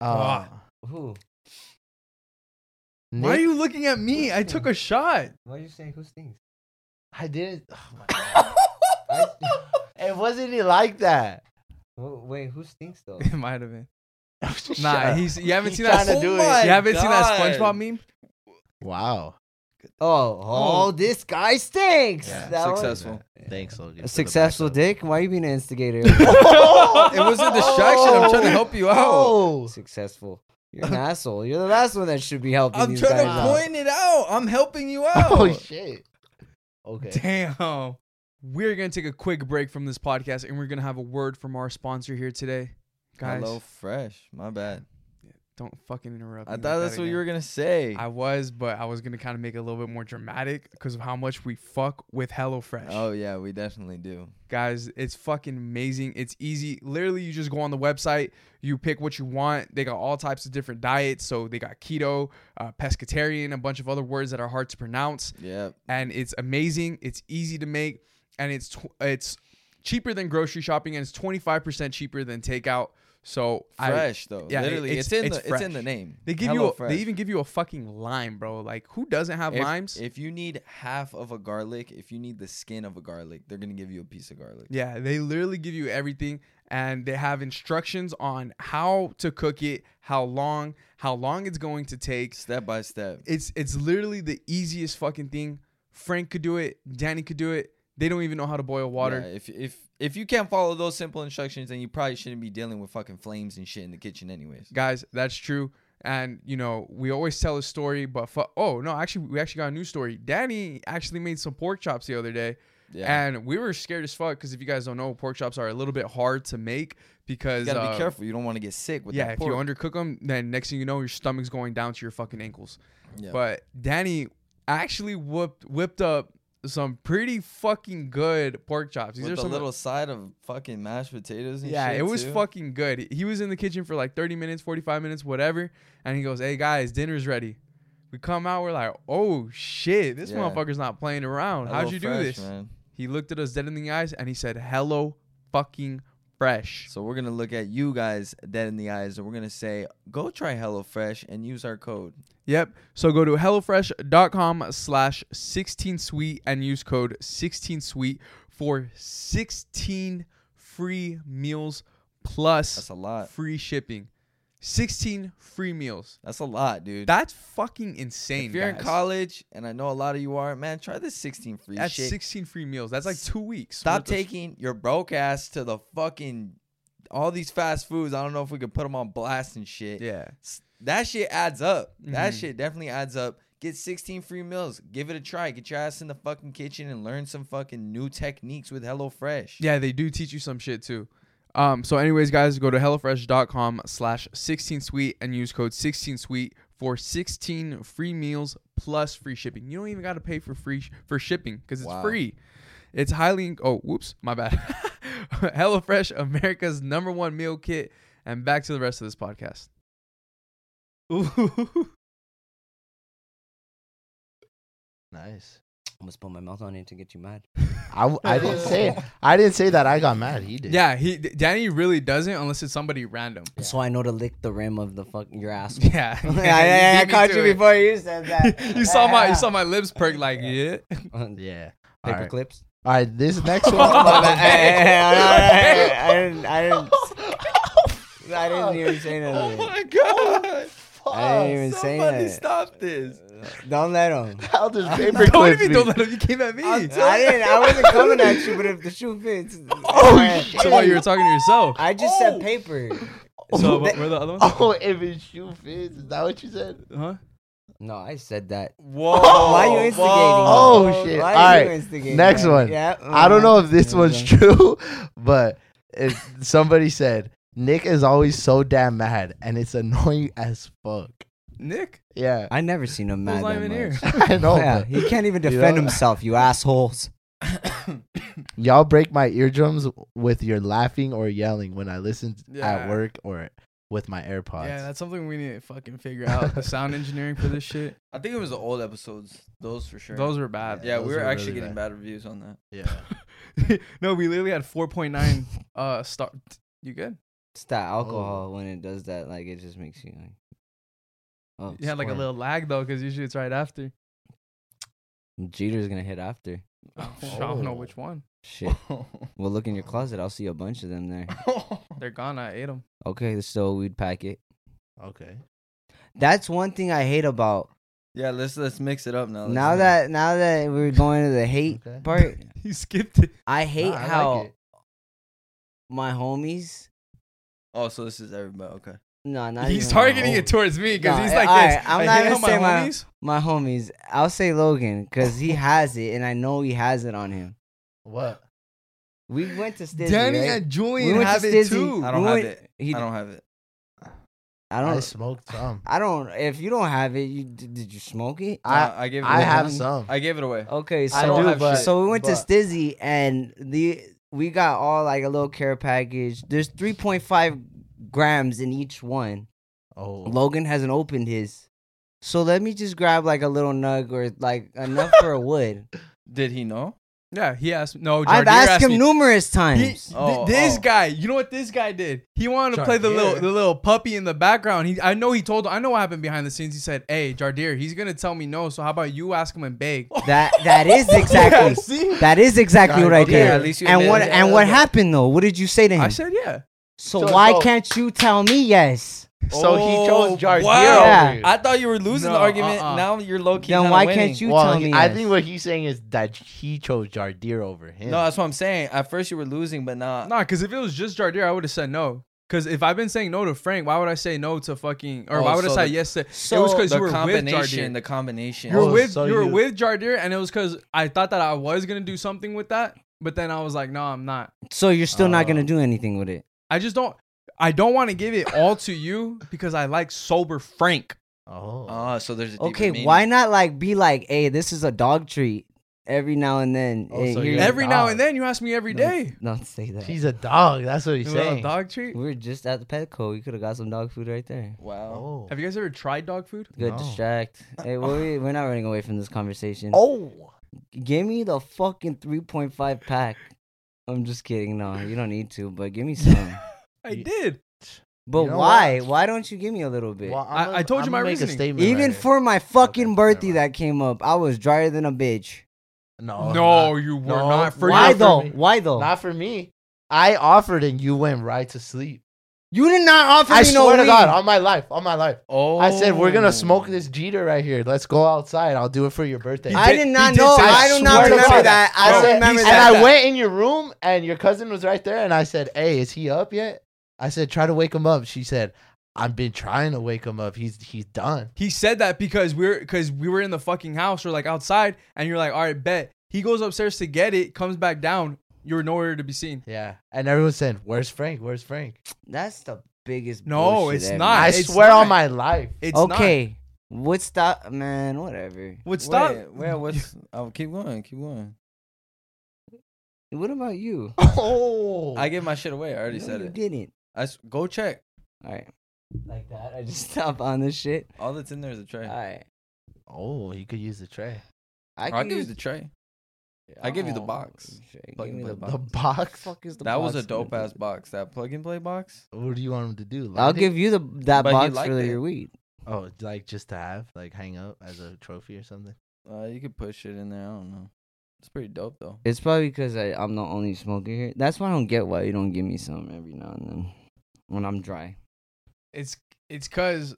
D: uh,
A: Ah.
B: Who?
A: Why are
D: Nick-
A: you looking at me?
D: <laughs>
A: I took a shot. <laughs>
B: Why you say who stinks?
D: I didn't. Oh
B: <laughs>
D: my God. it wasn't he
B: <laughs>
D: like that.
B: Wh- Wait, who stinks though?
A: It might have been.
B: Oh,
D: Shut
A: Nah,
D: up.
A: he's you haven't
D: He's
A: seen that.
D: trying to do
A: you
D: it.
A: haven't seen that
C: God.
A: SpongeBob meme.
D: Wow.
B: <laughs> Oh, oh,
C: Oh.
B: this guy stinks.
D: Yeah,
B: That was-
C: Successful.
D: Thanks, Logan.
B: A successful dick? Why you being an
D: <laughs>
B: instigator?
A: It was a distraction. I'm trying to help you out.
D: Oh,
B: Oh. <laughs>
D: <laughs>
B: successful. You're an asshole. You're the last one that should be helping
A: I'm
B: these guys
A: trying to
B: out.
A: point it out. I'm helping you out.
D: Oh shit. Okay.
A: Damn. We're going to take a quick break from this podcast and we're going to have a word from our sponsor here today. Guys,
C: Hello Fresh. My bad.
A: don't fucking interrupt.
C: I
A: me like
C: thought
A: that
C: that's what
A: again.
C: you were gonna say.
A: I was, but I was going to kind of make it a little bit more dramatic because of how much we fuck with HelloFresh.
C: Oh yeah, we definitely do.
A: Guys, it's fucking amazing. It's easy. Literally, you just go on the website, you pick what you want. They got all types of different diets. So they got keto, uh, pescatarian, a bunch of other words that are hard to pronounce.
C: Yep.
A: and it's amazing. It's easy to make, and it's tw- it's cheaper than grocery shopping, and it's twenty five percent cheaper than takeout. So I-
C: Fresh though.
A: yeah, it-
C: Literally,
A: it's-
C: it's, in
A: it's
C: the it's in the
A: fresh.
C: name.
A: they give
C: Hello
A: you a,
C: Fresh.
A: they even give you a fucking lime, bro. Like who doesn't have
C: if,
A: limes?
C: If you need half of a garlic, if you need the skin of a garlic, they're gonna give you a piece of garlic.
A: yeah, they literally give you everything, and they have instructions on how to cook it, how long, how long it's going to take.
C: Step by step.
A: It's it's literally the easiest fucking thing. Frank could do it. Danny could do it. They don't even know how to boil water.
C: Yeah, if if if you can't follow those simple instructions, then you probably shouldn't be dealing with fucking flames and shit in the kitchen, anyways.
A: guys that's true and you know we always tell a story but fu- oh no actually we actually got a new story danny actually made some pork chops the other day
C: Yeah.
A: and we were scared as fuck because if you guys don't know pork chops are a little bit hard to make because
C: you gotta
A: uh,
C: be careful. You don't want to get sick with
A: yeah
C: that
A: if
C: pork.
A: you undercook them then next thing you know your stomach's going down to your fucking ankles
C: Yeah.
A: but danny actually whipped whipped up some pretty fucking good pork chops these
C: with
A: are
C: a
A: some
C: little side of fucking mashed potatoes and
A: yeah,
C: shit.
A: it was
C: too.
A: fucking good. He was in the kitchen for like 30 minutes, 45 minutes, whatever. And he goes, Hey guys, dinner's ready. We come out, we're like, Oh shit, this
C: Yeah.
A: motherfucker's not playing around. How'd
C: Hello
A: you do
C: Fresh,
A: this?
C: man.
A: He looked at us dead in the eyes and he said, Hello fucking fresh.
C: So we're gonna look at you guys dead in the eyes, and we're gonna say, "Go try HelloFresh and use our code."
A: Yep. So go to HelloFresh.com slash 16 sweet and use code 16 sweet for 16 free meals
C: That's
A: plus
C: a lot.
A: free shipping. 16 free meals.
C: That's a lot, dude.
A: That's fucking insane.
C: if you're in
A: guys.
C: college, and I know a lot of you are, man, try this 16 free
A: that's
C: shit.
A: 16 free meals. That's like two weeks.
C: Stop
A: worth of-
C: taking your broke ass to the fucking all these fast foods. I don't know if we could put them on blast and shit.
A: Yeah.
C: S- That shit adds up. That
A: Mhm.
C: shit definitely adds up. Get 16 free meals. Give it a try. Get your ass in the fucking kitchen and learn some fucking new techniques with HelloFresh.
A: Yeah, they do teach you some shit too. Um. So, anyways, guys, go to hellofresh.com slash 16 sweet and use code 16 sweet for 16 free meals plus free shipping. You don't even got to pay for free sh- for shipping because it's
C: Wow.
A: free. It's highly en- oh whoops my bad. <laughs> HelloFresh America's number one meal kit. And back to the rest of this podcast. Ooh.
D: Nice.
B: I must put my mouth on it to get you mad.
D: I, w- I didn't say
B: <laughs>
D: it. I didn't say that. I got mad. He did.
A: Yeah, he Danny really doesn't unless it's somebody random.
B: So I know to lick the rim of the fuck your ass.
A: <laughs> Yeah,
D: <laughs>
B: I, I, I
A: beat me
B: caught
A: to
B: you
A: it.
B: before you said that.
A: <laughs> you saw my
B: <laughs>
A: you saw my lips perk like yeah. <laughs>
B: my
D: Yeah. All
B: paper
D: right. <laughs>
B: clips.
D: All right. This
B: <laughs>
D: next
B: My
D: one.
B: bad. Hey, hey, hey,
D: <laughs>
B: I I- I- I didn't. I didn't. I didn't even say
C: Oh
B: nothing.
C: my god!
B: I didn't even say
C: Somebody
B: that.
C: stop
A: <laughs>
C: this!
B: Don't let him.
D: How does
B: <laughs>
D: paper
A: Don't
D: clip
A: even
D: me?
A: <coughs> don't let him. You came at me.
B: I didn't. I wasn't coming at you, but if the shoe fits.
D: Oh, shit.
A: So while you were talking to yourself.
B: I just
D: Oh.
B: said paper.
A: So
B: that-
A: what were the other ones?
D: Oh, if his shoe fits, is that what you said?
A: Huh?
B: No, I said that.
C: Whoa!
D: <laughs>
B: Why you instigating?
D: Oh, shit.
B: Why
D: All
B: are you
D: right.
B: instigating
D: Next
B: that?
D: one.
B: Yeah. mm-hmm.
D: I don't know if this
B: Uh, Yeah,
D: one's
B: yeah.
D: true, <laughs> but it, somebody said Nick is always so damn mad, and it's annoying as fuck.
A: Nick?
D: Yeah,
B: I never seen him mad
A: Who's not
B: that
A: even
B: much.
A: here?
D: <laughs> I know.
B: Yeah,
D: but-
B: he can't even
D: You
B: defend
D: know?
B: himself, you assholes.
D: y'all break my eardrums with your laughing or yelling when I listen
A: Yeah.
D: at work or with my AirPods.
A: Yeah, that's something we need to fucking figure out. the sound engineering for this <laughs> shit.
C: I think it was the old episodes. Those for sure.
A: Those were bad.
C: yeah,
D: those
C: we were
D: were
C: actually
D: really
C: getting bad. reviews on that.
D: yeah.
A: <laughs> no, we literally had
D: <laughs>
A: 4.9 uh star. You good?
B: It's that
A: Oh.
B: alcohol when it does that. Like it just makes you like. Oh,
A: You had like a
D: Score.
A: little lag though, because usually it's right after.
B: Jeter's gonna hit after.
A: Oh, I don't know which one. <laughs>
B: <laughs> Shit. well, look in your closet. I'll see a bunch of them there.
A: They're gone. I ate them.
B: Okay, so we'd pack it.
D: Okay.
B: That's one thing I hate about.
C: yeah, let's let's mix it up
A: Oh,
C: now. Let's
B: Now
C: do
B: that now that we're going to the hate
D: Okay.
B: part,
A: <laughs> <laughs> He skipped it.
B: I hate
D: Nah, I like
B: how
D: it.
B: my homies.
C: oh, so this is everybody. Okay,
B: No, not
A: He's
B: even
A: targeting
B: my,
A: it towards me because
B: Nah,
A: he's like
B: alright,
A: this.
B: I'm
A: I
B: not
A: hate
B: gonna
A: on my
B: say my-
A: homies.
B: my homies. I'll say Logan because
A: <laughs>
B: he has it, and I know he has it on him.
D: What?
B: We went to Stizzy,
A: Danny
B: right?
A: and Julian
B: We went to
A: have it
B: Stizzy.
A: too.
C: I don't
B: We
C: have
B: went-
C: it.
B: He,
C: I don't have it.
B: I
D: I,
B: don't.
D: smoked some.
B: I don't. If you don't have it, you d- did you smoke it?
D: I-
C: Nah, I gave it.
D: I
C: away.
D: have
B: Logan.
D: some.
C: I gave it away.
B: Okay, so
D: Uh, I don't
C: do,
D: have
C: but-
D: shit.
B: so we went to
D: but-
B: Stizzy, and the we got all like a little care package. There's 3.5 grams in each one.
D: Oh.
B: Logan hasn't opened his, so let me just grab like a little nug or like enough for a
D: <laughs>
B: wood.
C: Did he know?
A: Yeah, he asked. No, Jardier
B: I've asked him
A: me.
B: numerous
A: He-
B: times.
D: <laughs>
A: th-
C: Oh,
A: this
C: oh.
A: guy, you know what this guy did? He wanted to play the little
C: Jardier.
A: the little puppy in the background. He, I know he told. I know what happened behind the scenes. He said, "Hey, Jardier, he's gonna tell me no. So how about you ask him and beg?"
B: That that
D: <laughs>
B: is <laughs> exactly
A: Yeah, <laughs> see,
B: that is exactly what I
D: Okay,
B: did.
D: at
C: least you
B: and
C: admitted
B: what
C: it.
D: <laughs>
B: and what happened though? What did you say to him?
A: I said, "Yeah."
B: so,
D: So-
B: why
D: so-
B: can't you tell me yes?
D: So he
A: Oh,
D: chose Jardier.
C: wow.
D: over you.
C: I thought you were losing
A: No,
C: the argument.
A: uh-uh.
C: Now you're low key.
B: Then why can't you
D: well,
B: tell me?
D: I
B: yes?
D: think what he's saying is that he chose Jardier over him.
C: No, that's what I'm saying. At first you were losing, but now
A: Nah, because if it was just Jardier, I would have said no. Because if I've been saying no to Frank, why would I say no to fucking or
C: Oh,
A: why would
C: so
A: I say
C: the-
A: yes to? it
B: so
A: was because
C: the
A: you were with
C: combination,
A: Jardier.
C: the combination.
A: you were
D: Oh,
A: with
D: so
A: you were
D: you-
A: with Jardier, and it was because I thought that I was gonna do something with that, but then I was like, "No, I'm not."
B: So you're still not gonna
D: Oh.
B: do anything with it.
A: I just don't. I don't want to give it all to you because I like sober Frank.
D: Oh.
A: Uh,
C: Ah, so there's a deeper
B: Okay,
C: meaning.
B: why not like be like, hey, this is a dog treat every now and then.
D: Oh,
B: Hey,
D: so
B: here
D: you're
B: you-
A: Every now
D: dog.
A: and then, you ask me every
B: Don't-
A: day.
B: <laughs> Don't say that.
D: He's a dog. That's what he's
A: You want a
D: saying.
A: dog treat.
B: we were just at the Petco. We could have got some dog food right there.
C: Wow.
D: Oh.
A: Have you guys ever tried dog food?
B: Good
D: No.
B: distract.
D: <laughs>
B: Hey, well, we, we're not running away from this conversation.
D: oh.
B: Give me the fucking 3.5 pack. I'm just kidding. No, you don't need to, but give me
D: <laughs>
B: some.
A: I
D: Ye-
A: did.
B: But
D: You know
B: why?
D: what?
B: Why don't you give me a little bit?
D: Well,
A: I-
D: I'ma-
A: I told you
D: I'ma
A: my
D: make
A: reasoning.
D: A statement
B: Even
D: right here.
B: for my fucking
D: never
B: birthday
D: mind.
B: that came up, I was drier than a bitch.
D: no,
A: no,
D: Oh, not-
A: you were
D: No,
A: not for
B: why
A: your-
D: for
B: though?
D: me.
B: Why though?
D: not for me. I offered and you went right to sleep.
B: you did not offer
D: I
B: me no
D: swear to
B: weed.
D: God, on my life, on my life.
C: Oh,
D: I said we're gonna smoke
A: Oh.
D: this Jeter right here. Let's go outside. I'll do it for your birthday.
B: I
A: did-
B: did
A: he
B: not
A: did
B: know.
A: say-
B: I
A: I
B: do not
A: swear to
B: remember
A: God.
B: that. I
A: Bro,
B: don't
A: he
B: remember
A: said
D: and
B: that.
D: I went in your room, and your cousin was right there, and I said, "Hey, is he up yet?" I said, "Try to wake him up." She said, "I've been trying to wake him up. He's he's done."
A: He said that because we were because we were in the fucking house or like outside, and you're like, all right, bet. He goes upstairs to get it, comes back down. You're nowhere to be seen.
D: Yeah, and everyone's saying, "Where's Frank? Where's Frank?"
B: That's the biggest.
A: No,
B: bullshit
A: it's
B: ever.
A: not.
D: I
A: it's
D: swear
A: not.
D: on my life.
A: It's not.
B: okay, what's that, man? Whatever.
A: Would stop.
C: Wait,
B: <laughs>
C: wait, what's? I'll keep going. Keep going.
B: What about you?
D: Oh,
C: I gave my shit away. I already
B: No,
C: said
B: you
C: it.
B: didn't.
C: I s- go check.
B: All right. Like that, I just <laughs> stop on this shit.
C: All that's in there is a
B: All
C: tray.
B: right.
D: oh, you could use the tray.
B: I
C: Or I'll
B: can
C: give you
B: use Oh,
C: the tray. I give you the box.
B: Shit, give
C: Plug
B: me
C: and
B: the
C: play
B: box. <laughs>
D: The
B: The
D: box.
B: fuck is the
C: that
B: box
C: was a
B: gonna
C: dope
B: do?
C: ass box. That plug and play box.
D: What do you want him to do?
B: I'll
D: Light it?
B: give you the that
C: But he
B: box
C: liked
B: for
C: it.
B: your weed.
D: Oh, like just to have, like hang up as a trophy or something.
C: Uh, you could put shit in there. I don't know. It's pretty dope <laughs> though.
B: It's probably because I I'm the only smoker here. That's why I don't get why you don't give me some every now and then when I'm dry.
A: <laughs> It's it's because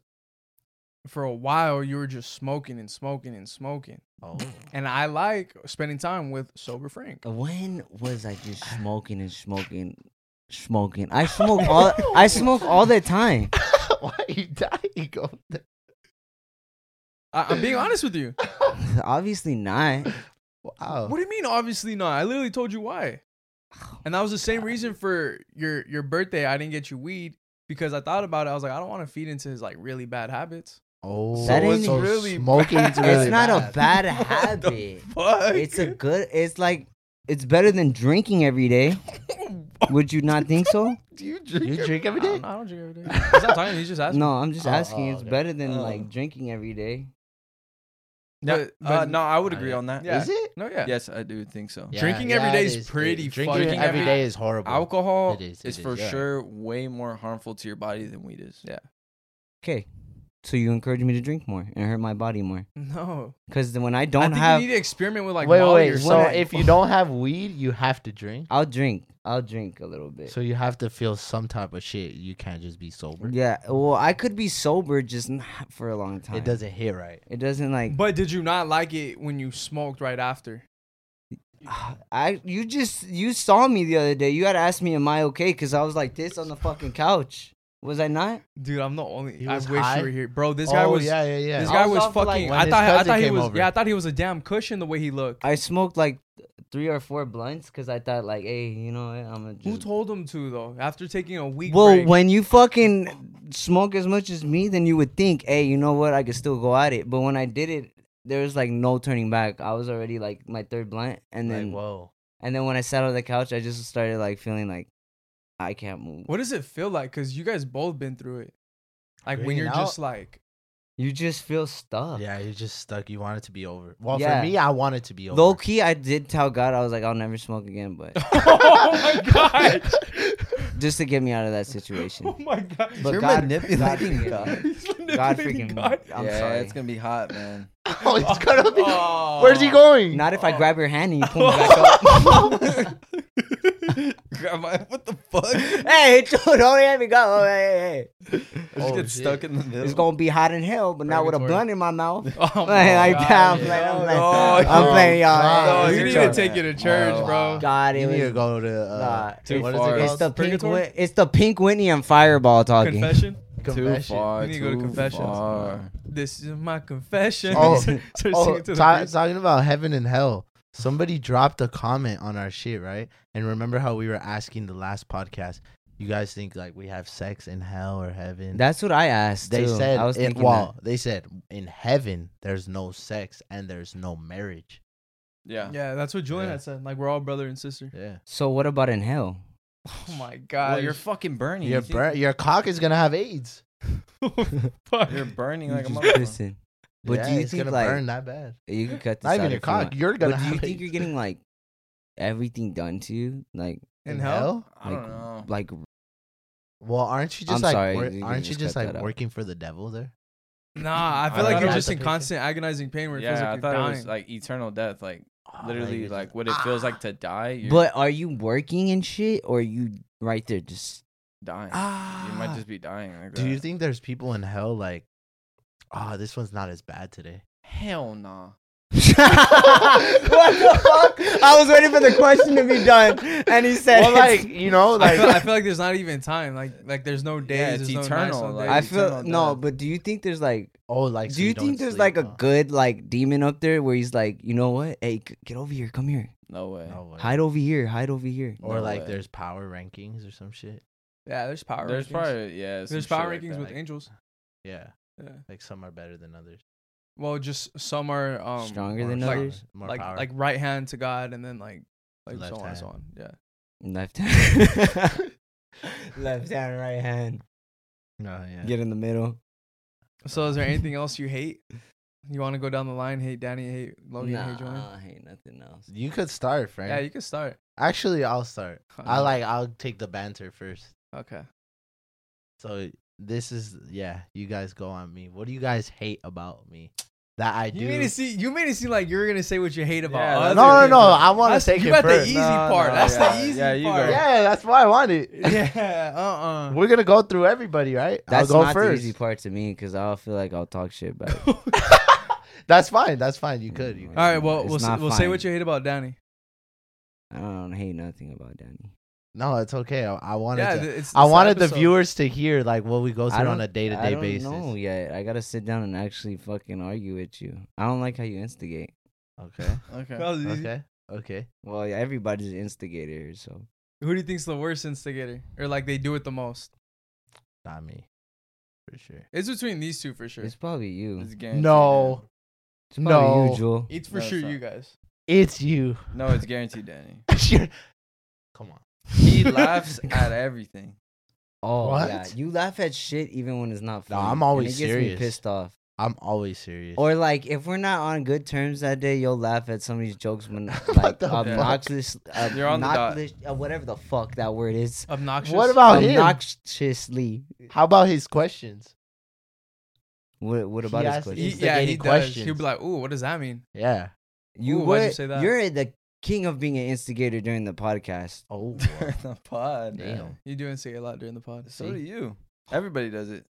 A: for a while you were just smoking and smoking and smoking,
D: Oh, <laughs>
A: and I like spending time with sober Frank.
B: When was I
A: <sighs>
B: just smoking and smoking, smoking? I smoke all I smoke all the time. <sighs>
D: why are you dying? Go there.
A: I, I'm being honest with
C: <laughs>
A: you.
B: Obviously not. <sighs>
D: Wow.
A: What do you mean? Obviously not. I literally told you why, and that was the same reason for your your birthday. I didn't get you weed because I thought about it. I was like, I don't want to feed into his like really bad habits.
D: Oh,
B: That ain't-
D: so
A: really
D: smoking's
A: bad.
D: really
B: it's not
D: bad.
B: a bad
A: <laughs> What the
B: habit.
C: <laughs>
A: Fuck.
B: It's a good. It's like It's better than drinking every
A: <laughs>
B: day. Would you not think so?
A: Do you
D: You
A: drink?
D: drink every
C: I don't,
D: day?
C: know, I don't drink every day.
A: <laughs>
C: He's not talking. He's just asking.
B: No, I'm just
D: Oh,
B: asking.
D: oh,
B: it's
D: okay.
B: better
A: Uh.
B: than like
C: Um,
B: drinking every day.
C: No,
A: But-
C: uh,
A: but-
C: no, I would agree
D: yeah.
C: on that.
A: Yeah.
D: Is it?
A: No, yeah.
C: Yes, I do think so.
A: Yeah. Drinking every
D: every
A: day
D: day
A: is pretty
D: Drinking
A: fucking-
D: every
A: Yeah.
D: day is horrible.
C: Alcohol
D: It is, it
C: is
D: is,
C: for
D: yeah.
C: sure way more harmful to your body than weed is. Yeah.
B: Okay. So you encourage me to drink more and hurt my body more.
C: No.
B: Because when I
A: I
B: don't
A: think
B: have,
A: you need to experiment with like
D: wait,
A: Molly
D: wait.
A: or
D: wait. So
A: something.
D: if you <laughs> don't have weed, you have to drink.
B: I'll drink. I'll drink a little bit.
D: <laughs> So you have to feel some type of shit. You can't just be sober.
B: yeah. Well, I could be sober, just not for a long time.
D: It doesn't hit right.
B: It doesn't like.
A: But did you not like it when you smoked right after?
B: <sighs> I you just you saw me the other day. You had asked me, "Am I okay?" Because I was like this on the fucking couch. Was I not?
A: Dude, I'm the only.
D: He
A: I
D: was
A: wish
D: high?
A: you were here, bro. This guy
D: Oh,
A: was.
D: yeah, yeah, yeah.
A: This
B: I
A: guy
B: was
A: was
B: off for, like,
A: fucking.
D: when
A: I
D: his
A: thought. I
D: cousin
A: thought he
D: came
A: was.
D: over.
A: Yeah, I thought he was a damn cushion the way he looked.
B: I smoked like three or four blunts because I thought like, hey, you know what? I'm gonna.
A: Who
B: Just...
A: told him to though? After taking a week
B: Well,
A: break.
B: when you fucking smoke as much as me, then you would think, hey, you know what? I could still go at it. But when I did it, there was like no turning back. I was already like my third blunt, and
D: Like,
B: then
D: whoa.
B: and then when I sat on the couch, I just started like feeling like I can't move.
A: what does it feel like? Cause you guys both been through it. Like when
D: Greening
A: you're
D: out?
A: just like, <laughs>
B: You just feel stuck.
D: Yeah, you're just stuck. You want it to be over. Well,
B: Yeah.
D: for me, I want it to be over.
B: Low key, I did tell God I was like, I'll never smoke again,
A: <laughs>
B: but
A: oh
D: <laughs>
A: my god,
B: just to get me out of that situation.
A: <laughs> oh my god.
B: But
E: You're
B: God,
E: manipulating
B: God,
E: God.
A: <laughs> He's
B: God
A: manipulating
B: freaking,
A: God.
B: I'm
C: yeah,
B: sorry.
C: it's gonna be hot, man.
D: <laughs>
C: <laughs>
A: <laughs>
D: Oh, it's gonna be.
A: Oh.
D: Where's he going?
B: Not if I grab your hand and you pull me
A: <laughs>
B: back up.
C: Grandma, what the <laughs> fuck?
B: hey, <laughs> dude, don't let me go. Oh, Hey, hey,
C: just get stuck in the
B: hey.
C: middle.
B: It's gonna be hot in hell, but not with a
A: Purgatory.
B: blunt in my mouth.
A: Oh
B: Hey, <laughs> like
A: God,
B: that, I'm playing, I'm
A: yeah. No,
B: playing,
A: no,
B: I'm
A: you-
B: playing
A: No,
B: y'all.
D: Oh,
A: you
D: you're
A: need to
D: joking.
A: take you to church,
C: Wow.
A: bro.
B: God,
D: You
B: it
D: need to
B: was.
D: go to. Uh,
B: nah.
D: to- what is
C: Too far.
D: it
B: It's
D: called?
B: the pink.
A: Purgatory?
B: Whi- it's the pink Whitney and Fireball talking.
A: Confession.
D: Confession.
C: Too far.
A: You need to go to
C: too
A: confessions.
C: far.
A: This is my confession. <laughs>
D: Oh,
A: Start
C: <laughs>
D: Oh,
A: singing to the
D: ta-
A: priest.
D: talking about heaven and hell. Somebody dropped a comment on our shit, right? And remember how we were asking the last podcast, you guys think like we have sex in hell or heaven?
B: That's what I asked.
D: they
B: too.
D: said
B: I was
D: in-
B: thinking
D: well, they said in heaven there's no sex and there's no marriage.
C: Yeah.
A: yeah, that's what Julian
D: Yeah.
A: had said. Like we're all brother and sister.
D: Yeah.
B: that. So what about in hell?
A: Oh my god,
C: Well, you're
A: <laughs>
C: fucking burning.
D: Your
C: You think-
D: bur- your cock is gonna have AIDS.
A: fuck.
C: You're burning
B: You
C: like a
B: just
C: motherfucker.
B: pissing. But
D: yeah,
B: do you
D: it's
B: think
D: gonna
B: like
D: burn that bad?
B: you could
D: <laughs>
B: cut this
D: Not
B: out
D: even your
B: if you want.
D: cock. You're gonna
B: But do
D: have
B: you think
D: AIDS.
B: you're getting like everything done to you? Like
A: in
D: in
A: hell?
D: hell?
C: I don't know.
B: like
D: Well, aren't you
B: I'm
D: just like
B: sorry,
D: wor-
B: you can
D: aren't you
B: just
D: just
B: cut
D: like
B: that out.
D: working for the devil there?
A: Nah, I feel
C: I
A: like
C: thought
A: you're
C: it
A: just
D: was
A: in
D: the
A: constant agonizing pain where it
C: Yeah,
A: feels like
C: I
A: you're
C: thought
A: dying.
C: it was like eternal death, like
D: Oh,
C: literally,
D: you're
C: like
D: just-
C: what it feels like
D: Ah.
C: to die. You're
B: But are you working and shit or are you right there
D: <laughs>
B: just <laughs>
C: dying.
D: Ah.
C: You might just be dying. Like
D: Do you
C: that.
D: think there's people in hell like, ah, this one's not as bad today?
C: Hell nah.
B: What the fuck? I was waiting for the question to be done and he said
D: <laughs> well,
B: it's-
D: like you <laughs> know,
A: I,
D: like
A: feel, I feel like there's not even time. Like like there's no days.
C: it's
A: there's
C: eternal,
A: No nights, no
C: like-
A: days.
B: I
C: it's
B: feel
C: not
B: no,
C: that.
B: but do you think there's like
D: oh, like so
B: do you
D: don't
B: think there's
D: sleep,
B: like a
D: huh?
B: good like demon up there where he's like, you know what? Hey, g- get over here, come here.
C: No way.
D: No way.
B: Hide over here, hide over here.
D: or
C: No
D: like
C: way.
D: there's power rankings or some shit.
A: yeah, there's power.
C: There's
A: rankings.
C: probably yeah. some
A: there's power
C: shit like
A: rankings
C: that.
A: with
D: like-
A: angels.
D: Yeah,
A: Yeah.
D: like some are better than others.
A: Well, just some are um
B: Stronger
D: More
B: than
D: power-
B: others.
D: more
A: like
D: power.
A: like right hand to God and then like like
D: Left
A: so on and so
D: hand.
A: on. Yeah.
B: Left hand. <laughs>
D: <laughs>
B: Left hand, right hand.
D: no, yeah.
B: Get in the middle.
A: So is there anything else you hate?
D: <laughs>
A: You want to go down the line? Hate Danny. Hate
D: Oh,
A: Logan.
B: nah,
A: Hate Julian.
B: I hate nothing else.
D: You could start, Frank.
A: Yeah, you can start.
D: Actually, I'll start. I like. I'll take the banter first.
A: Okay.
D: So this is yeah. You guys go on me. What do you guys hate about me that I do?
A: You made it see. You made it seem like you were gonna say what you hate about.
C: Yeah,
A: us.
D: no,
C: that's
D: no,
C: okay,
D: no.
C: bro.
D: I want
A: That's-
D: to take
A: you
D: it
A: got the E
D: first.
A: easy
C: No,
A: part.
C: no,
A: That's
C: yeah,
A: the easy
C: yeah, you go.
A: part.
D: Yeah, that's why I want it.
A: <laughs> Yeah.
D: <laughs>
A: Uh. Uh-uh.
D: We're gonna go through everybody, right?
B: That's
D: I'll go
B: not
D: first.
B: the
D: <laughs>
B: easy part to me because I'll feel like I'll talk shit back.
D: That's fine. That's fine. You could. You
B: Mm.
D: could.
A: All right. Well,
B: It's
A: we'll, s-
B: not
A: we'll say
B: fine.
A: what you hate about Danny.
B: I don't hate nothing about Danny.
D: No, it's okay. I, I wanted.
A: Yeah.
D: to,
A: th- it's,
D: I
A: it's an
D: wanted the
A: episode.
D: viewers to hear like what we go
B: I
D: through
B: don't-
D: on a day to
B: I
D: day
B: don't
D: basis.
B: know yet. I gotta sit down and actually fucking argue with you. I don't like how you instigate.
D: <laughs> Okay.
A: That
C: Okay.
A: was easy.
D: Okay. Okay.
B: Well, yeah, everybody's an instigator, so
A: Who do you think's the worst instigator, or like they do it the most?
D: Not me, for sure.
A: It's between these two for sure.
B: it's probably you.
C: It's
B: It's
C: guaranteed,
D: No.
C: man.
B: probably
D: No.
B: you, Jewel.
A: It's for
C: No, it's
A: sure
C: not.
A: you guys.
D: It's you. <laughs>
C: No, it's guaranteed, Danny.
D: You're- Come on. <laughs>
C: He laughs at everything. <laughs>
B: Oh yeah,
D: What?
B: you laugh at shit even when it's not
D: No,
B: funny.
D: I'm always
B: and it gets
D: serious.
B: Me pissed off.
D: I'm always serious.
B: Or like if we're not on good terms that day, you'll laugh at somebody's jokes
D: <laughs>
B: when
D: What
B: like
D: the fuck?
B: obnoxious,
C: You're on the dot.
B: obnoxious, uh, whatever the fuck that word is.
E: Obnoxious.
D: what about Oh, him?
B: Obnoxiously.
D: How about his questions?
B: What, what
D: He
B: about his
D: asked-
A: He,
B: question?
D: He's like
A: yeah, he
D: getting
A: does.
D: questions.
A: He'll be like, "Ooh, what does that mean?"
D: Yeah.
B: You
A: Ooh,
B: would,
A: why'd you say that?
B: You're the king of being an instigator during the podcast.
D: Oh.
C: During the pod, man.
D: Damn.
A: You do instigate a lot during the pod.
C: So do you. Everybody does it.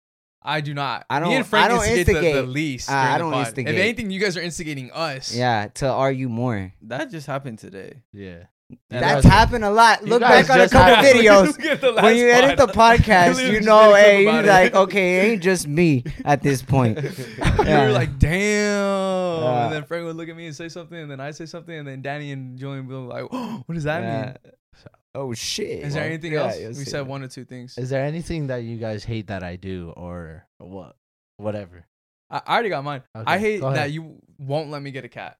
A: I do not.
B: I
A: Me
B: don't-
A: and Frank
B: I don't
A: instigate, the- The,
B: instigate.
A: least.
B: I- I
A: during the
B: don't
A: pod.
B: instigate.
A: If anything, you guys are instigating us. <laughs>
B: Yeah, to argue more.
C: That just happened today.
D: Yeah.
C: And
B: That's
D: guys-
B: happened a lot.
D: you
B: Look
D: guys
B: back on a
D: just
B: couple
A: <laughs>
D: had-
B: videos.
A: Look at the last
B: When you edit the
A: <laughs> pod.
B: podcast,
A: Literally
B: you
A: just
B: know,
A: made a clip
B: hey, you're
A: about
B: like,
A: <laughs> it.
B: okay, it ain't just me at this
A: <laughs>
B: point. <laughs>
A: You
B: Yeah.
A: were like, damn.
B: Yeah.
A: and then Frank would look at me and say something, and then I say something, and then Danny and Julian would be like, <gasps> what does that
B: Yeah.
A: mean?
B: Uh, Oh shit.
A: Is there anything
B: Yeah,
A: else?
B: you'll
A: We
B: see.
A: said one or two things.
D: Is there anything that you guys hate that I do or what? Whatever.
A: I, I already got mine. I
D: Okay,
A: hate
D: go
A: that
D: ahead.
A: you won't let me get a cat.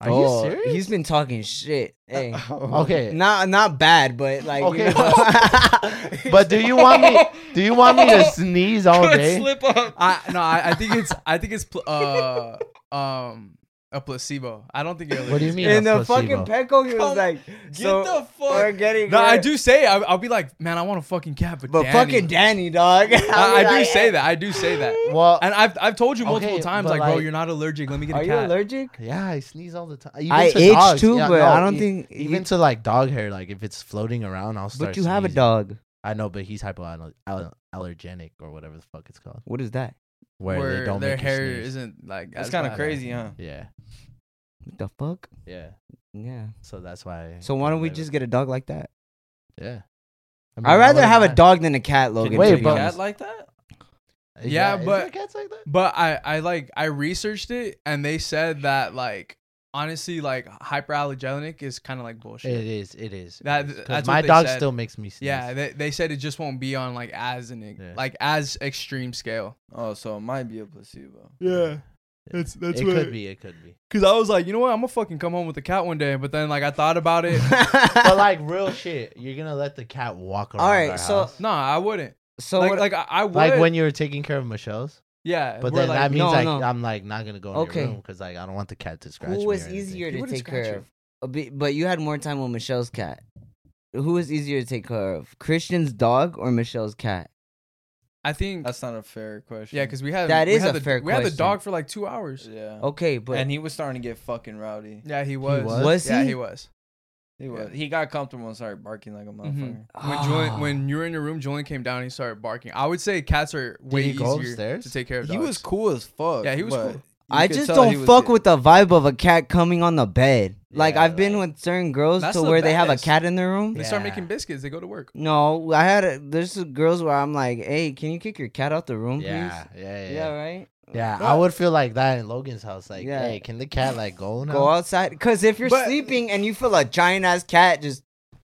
D: Are
B: Oh,
D: you
A: <laughs>
D: serious?
B: He's been talking shit.
A: Uh,
B: Hey.
D: <laughs> Okay.
B: <laughs> Not not bad, but like you
D: Okay.
A: <laughs>
B: know. <laughs>
D: But do you want me do you want me to sneeze all day?
E: slip up.
A: I no, I, I think it's I think it's pl- uh um a placebo. I don't think you're.
D: What do you
A: allergic.
D: mean?
B: in the
D: a
B: fucking
D: placebo?
B: Petco, he was
A: Come-
B: like,
A: Get
B: so
A: the fuck.
B: we're getting
A: No, I
B: rid-
A: do say I, I'll be like, man, I want a fucking cat, but,
B: But
A: Danny."
B: fucking Danny, dog. <laughs>
A: I, I do say that. I do say that.
D: Well,
A: And I've I've told you multiple
D: Okay,
A: times,
D: but
A: like, bro,
D: like-
A: you're not allergic. Let me get
B: Are
A: a
B: you
A: cat.
B: allergic?
D: yeah, I sneeze all the time. Even
B: I
D: to
B: itch
D: dogs.
B: too,
D: Yeah,
B: but
D: no,
B: I don't
D: e-
B: think
D: even to like dog hair, like if it's floating around, I'll start.
B: But you have a
D: sneezing.
B: dog.
D: I know, but he's hypoaller- al- allergenic or whatever the fuck it's called,
B: What is that?
D: where, they don't
A: their
D: make you
A: hair
D: sneeze.
A: isn't like.
C: That's
A: as
C: kind of
A: bad.
C: crazy, huh?
D: Yeah,
B: What the fuck?
D: yeah.
B: Yeah.
D: So that's why.
B: So why don't we
D: whatever.
B: just get a dog like that?
D: Yeah. I mean,
B: I'd
D: why
B: rather
D: wouldn't
B: have a
D: I?
B: dog than a cat, Logan.
D: Wait,
B: to
C: Wait,
B: be
D: but-
B: honest.
C: cat like that?
D: Is
A: Yeah,
D: that- is
A: but-
D: there cats like that?
A: But I I like I researched it, and they said that like honestly, like hyperallergenic is kind of like bullshit.
D: It is. It is. it
A: That-
D: is. 'Cause
A: that's what
D: my
A: they
D: dog
A: said.
D: still makes me sneeze.
A: Yeah, they, they said it just won't be on like as an ex-
D: Yeah.
A: like as extreme scale.
C: <laughs> Oh, so it might be a placebo.
A: Yeah, that's that's
D: it could be. It could be.
A: Cause I was like, you know what, I'm gonna fucking come home with a cat one day. But then like I thought
B: <laughs>
A: about it.
D: But like real shit, you're gonna let the cat walk around.
B: Alright,
D: our
B: so-
D: house?
A: no, I wouldn't.
B: so
A: like
B: what,
A: like I, I would.
D: like when you were taking care of Michelle's,
A: yeah,
D: but
A: we're
D: then
A: like,
D: that means
B: no,
D: like
B: no.
D: I'm like not gonna go in
B: Okay.
D: your room because like I don't want the cat to scratch
B: who
D: me. or
B: was
D: anything.
B: easier
A: He
B: to
A: wouldn't
B: take
A: scratch
B: care
A: you.
B: of? A bit- But you had more time with Michelle's cat. Who was easier to take care of, Christian's dog or Michelle's cat?
A: I think
C: That's not a fair question.
A: yeah, because we had
B: That
A: we
B: is
A: had
B: a
A: the,
B: fair
A: We had the
B: question.
A: dog for like two hours.
C: yeah.
D: Oh,
B: Okay, but
C: and he was starting to get fucking rowdy.
A: Yeah, he was.
D: was?
B: Was
A: yeah,
B: he?
A: he was.
C: He was. He got comfortable and started barking like a
D: Mm-hmm.
C: motherfucker.
A: When
B: Ah. <sighs>
A: Julian, when you were in your room, Julian came down. and He started barking. I would say cats are way
D: he go
A: easier
D: upstairs?
A: to take care of.
C: He was
A: dogs.
C: cool as fuck.
A: Yeah, he was
C: but
A: cool.
C: you
B: I
C: could
B: just
C: tell he
B: don't
C: was
B: fuck
C: get-
B: with the vibe of a cat coming on the bed. Like
D: Yeah,
B: I've been
D: like-
B: with certain girls
A: That's
B: to
A: the
B: where they have a
A: best.
B: cat in their room.
A: They start
D: Yeah.
A: making biscuits. They go to work.
B: No, I had a, there's some girls where I'm like, hey, can you kick your cat out the room,
D: Yeah, yeah,
B: please?
D: yeah.
B: Yeah,
D: Yeah,
B: right.
D: I would feel like that in Logan's house. Like,
B: Yeah.
D: hey, can the cat like go now?
B: Go outside, cause if you're
A: But-
B: sleeping and you feel a giant ass cat, just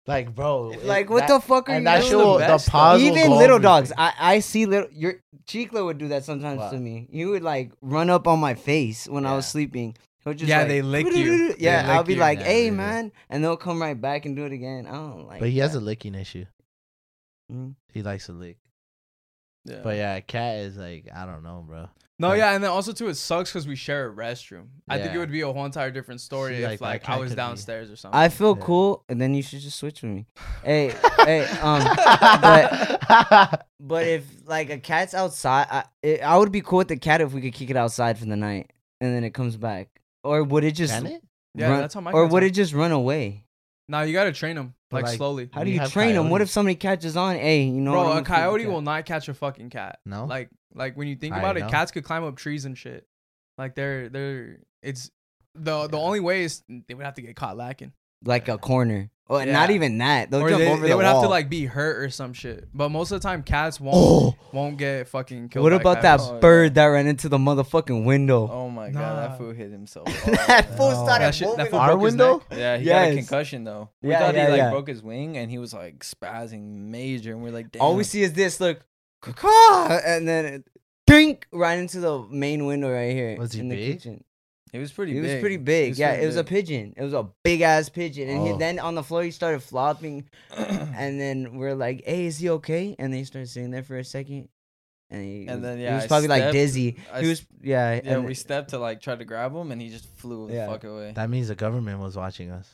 D: Like, bro, it-
B: like what the
D: that-
B: fuck are
D: And
B: you
D: that
B: doing?
D: shit, will,
A: The
D: the
A: best, though.
D: paws will
B: Even
D: go
B: little
D: everywhere.
B: dogs, I, I see little your Chicla would do that sometimes
D: What?
B: to me. He would like run up on my face when I was
D: Yeah.
B: sleeping. He'll just
A: Yeah,
B: like,
A: they lick you. They
B: Yeah, I'll
A: lick
B: be
A: you.
B: like,
D: Yeah,
B: hey
D: they do.
B: man, and they'll come right back and do it again. I don't like.
D: But he has
B: that.
D: a licking issue.
B: Mm.
D: He likes to lick.
C: Yeah.
D: But yeah, cat is like, I don't know, bro.
A: No,
D: Huh.
A: yeah, and then also too, it sucks because we share a restroom. I think it
D: Yeah.
A: would be a whole entire different story
D: See,
A: if
D: like, my
A: like I
D: cat
A: was
D: could be-
A: downstairs or something.
B: I feel
D: Yeah.
B: cool, and then you should just switch with me.
A: <laughs>
B: Hey, hey, um, but
D: <laughs>
B: but <laughs> if like a cat's outside, I it, I would be cool with the cat if we could kick it outside for the night, and then it comes back. Or would it just
D: Can it?
A: yeah,
B: run-
A: that's how my.
B: or
A: cats
B: would
A: are.
B: it just run away?
A: No, you gotta train them
D: But,
A: like,
D: like,
A: slowly.
B: How do
D: We
B: you
D: have
B: train them? What if
D: coyotes.
B: somebody catches on? Hey, you know,
A: Bro,
B: what,
A: a
B: I'm gonna feed the
A: coyote
B: cat.
A: will not catch a fucking cat.
D: No.
A: Like, like when you think
D: I
A: about it,
D: know.
A: cats could climb up trees and shit. Like they're they're it's the the
D: Yeah.
A: only way is they would have to get caught lacking,
B: like a corner. Oh, and
A: Yeah.
B: not even that. They'll
A: or
B: jump
A: they,
B: over
A: they
B: the
A: would
B: wall.
A: have to like be hurt or some shit. But most of the time, cats won't
D: Oh,
A: won't get fucking killed.
B: What
A: by a
B: about
A: cat.
B: that
C: Oh, yeah.
B: bird that ran into the motherfucking <laughs> window?
C: Oh my god,
A: Nah.
C: that fool hit himself.
B: <laughs> that fool
D: No.
B: started
A: oh, That shit- that
B: moving
A: fool
D: our
A: broke his
D: window?
A: neck.
C: Yeah, he got a
B: Yes.
C: concussion though. We
B: Yeah,
C: thought
B: yeah,
C: he like
B: yeah.
C: broke his wing and he was like spazzing major, and we're like, damn.
B: All we see is this look, caw, and then it, dink right into the main window right here.
D: Was he
B: in the
D: big?
B: kitchen.
C: It was pretty
B: It
C: big.
B: was pretty big. yeah, it was a pigeon. It was a big ass pigeon. And he,
D: Oh.
B: then on the floor, he started flopping.
C: <clears throat>
B: and then we're like, hey, is he okay? And then he started sitting there for a second. And, he
C: And
B: was-
C: then,
B: he
C: yeah,
B: was
C: I
B: probably like
C: stepped-
B: dizzy.
C: I
B: he was, yeah.
C: yeah,
B: and-
C: we stepped to like try to grab him, and he just flew the
B: Yeah.
C: fuck away.
D: That means the government was watching us.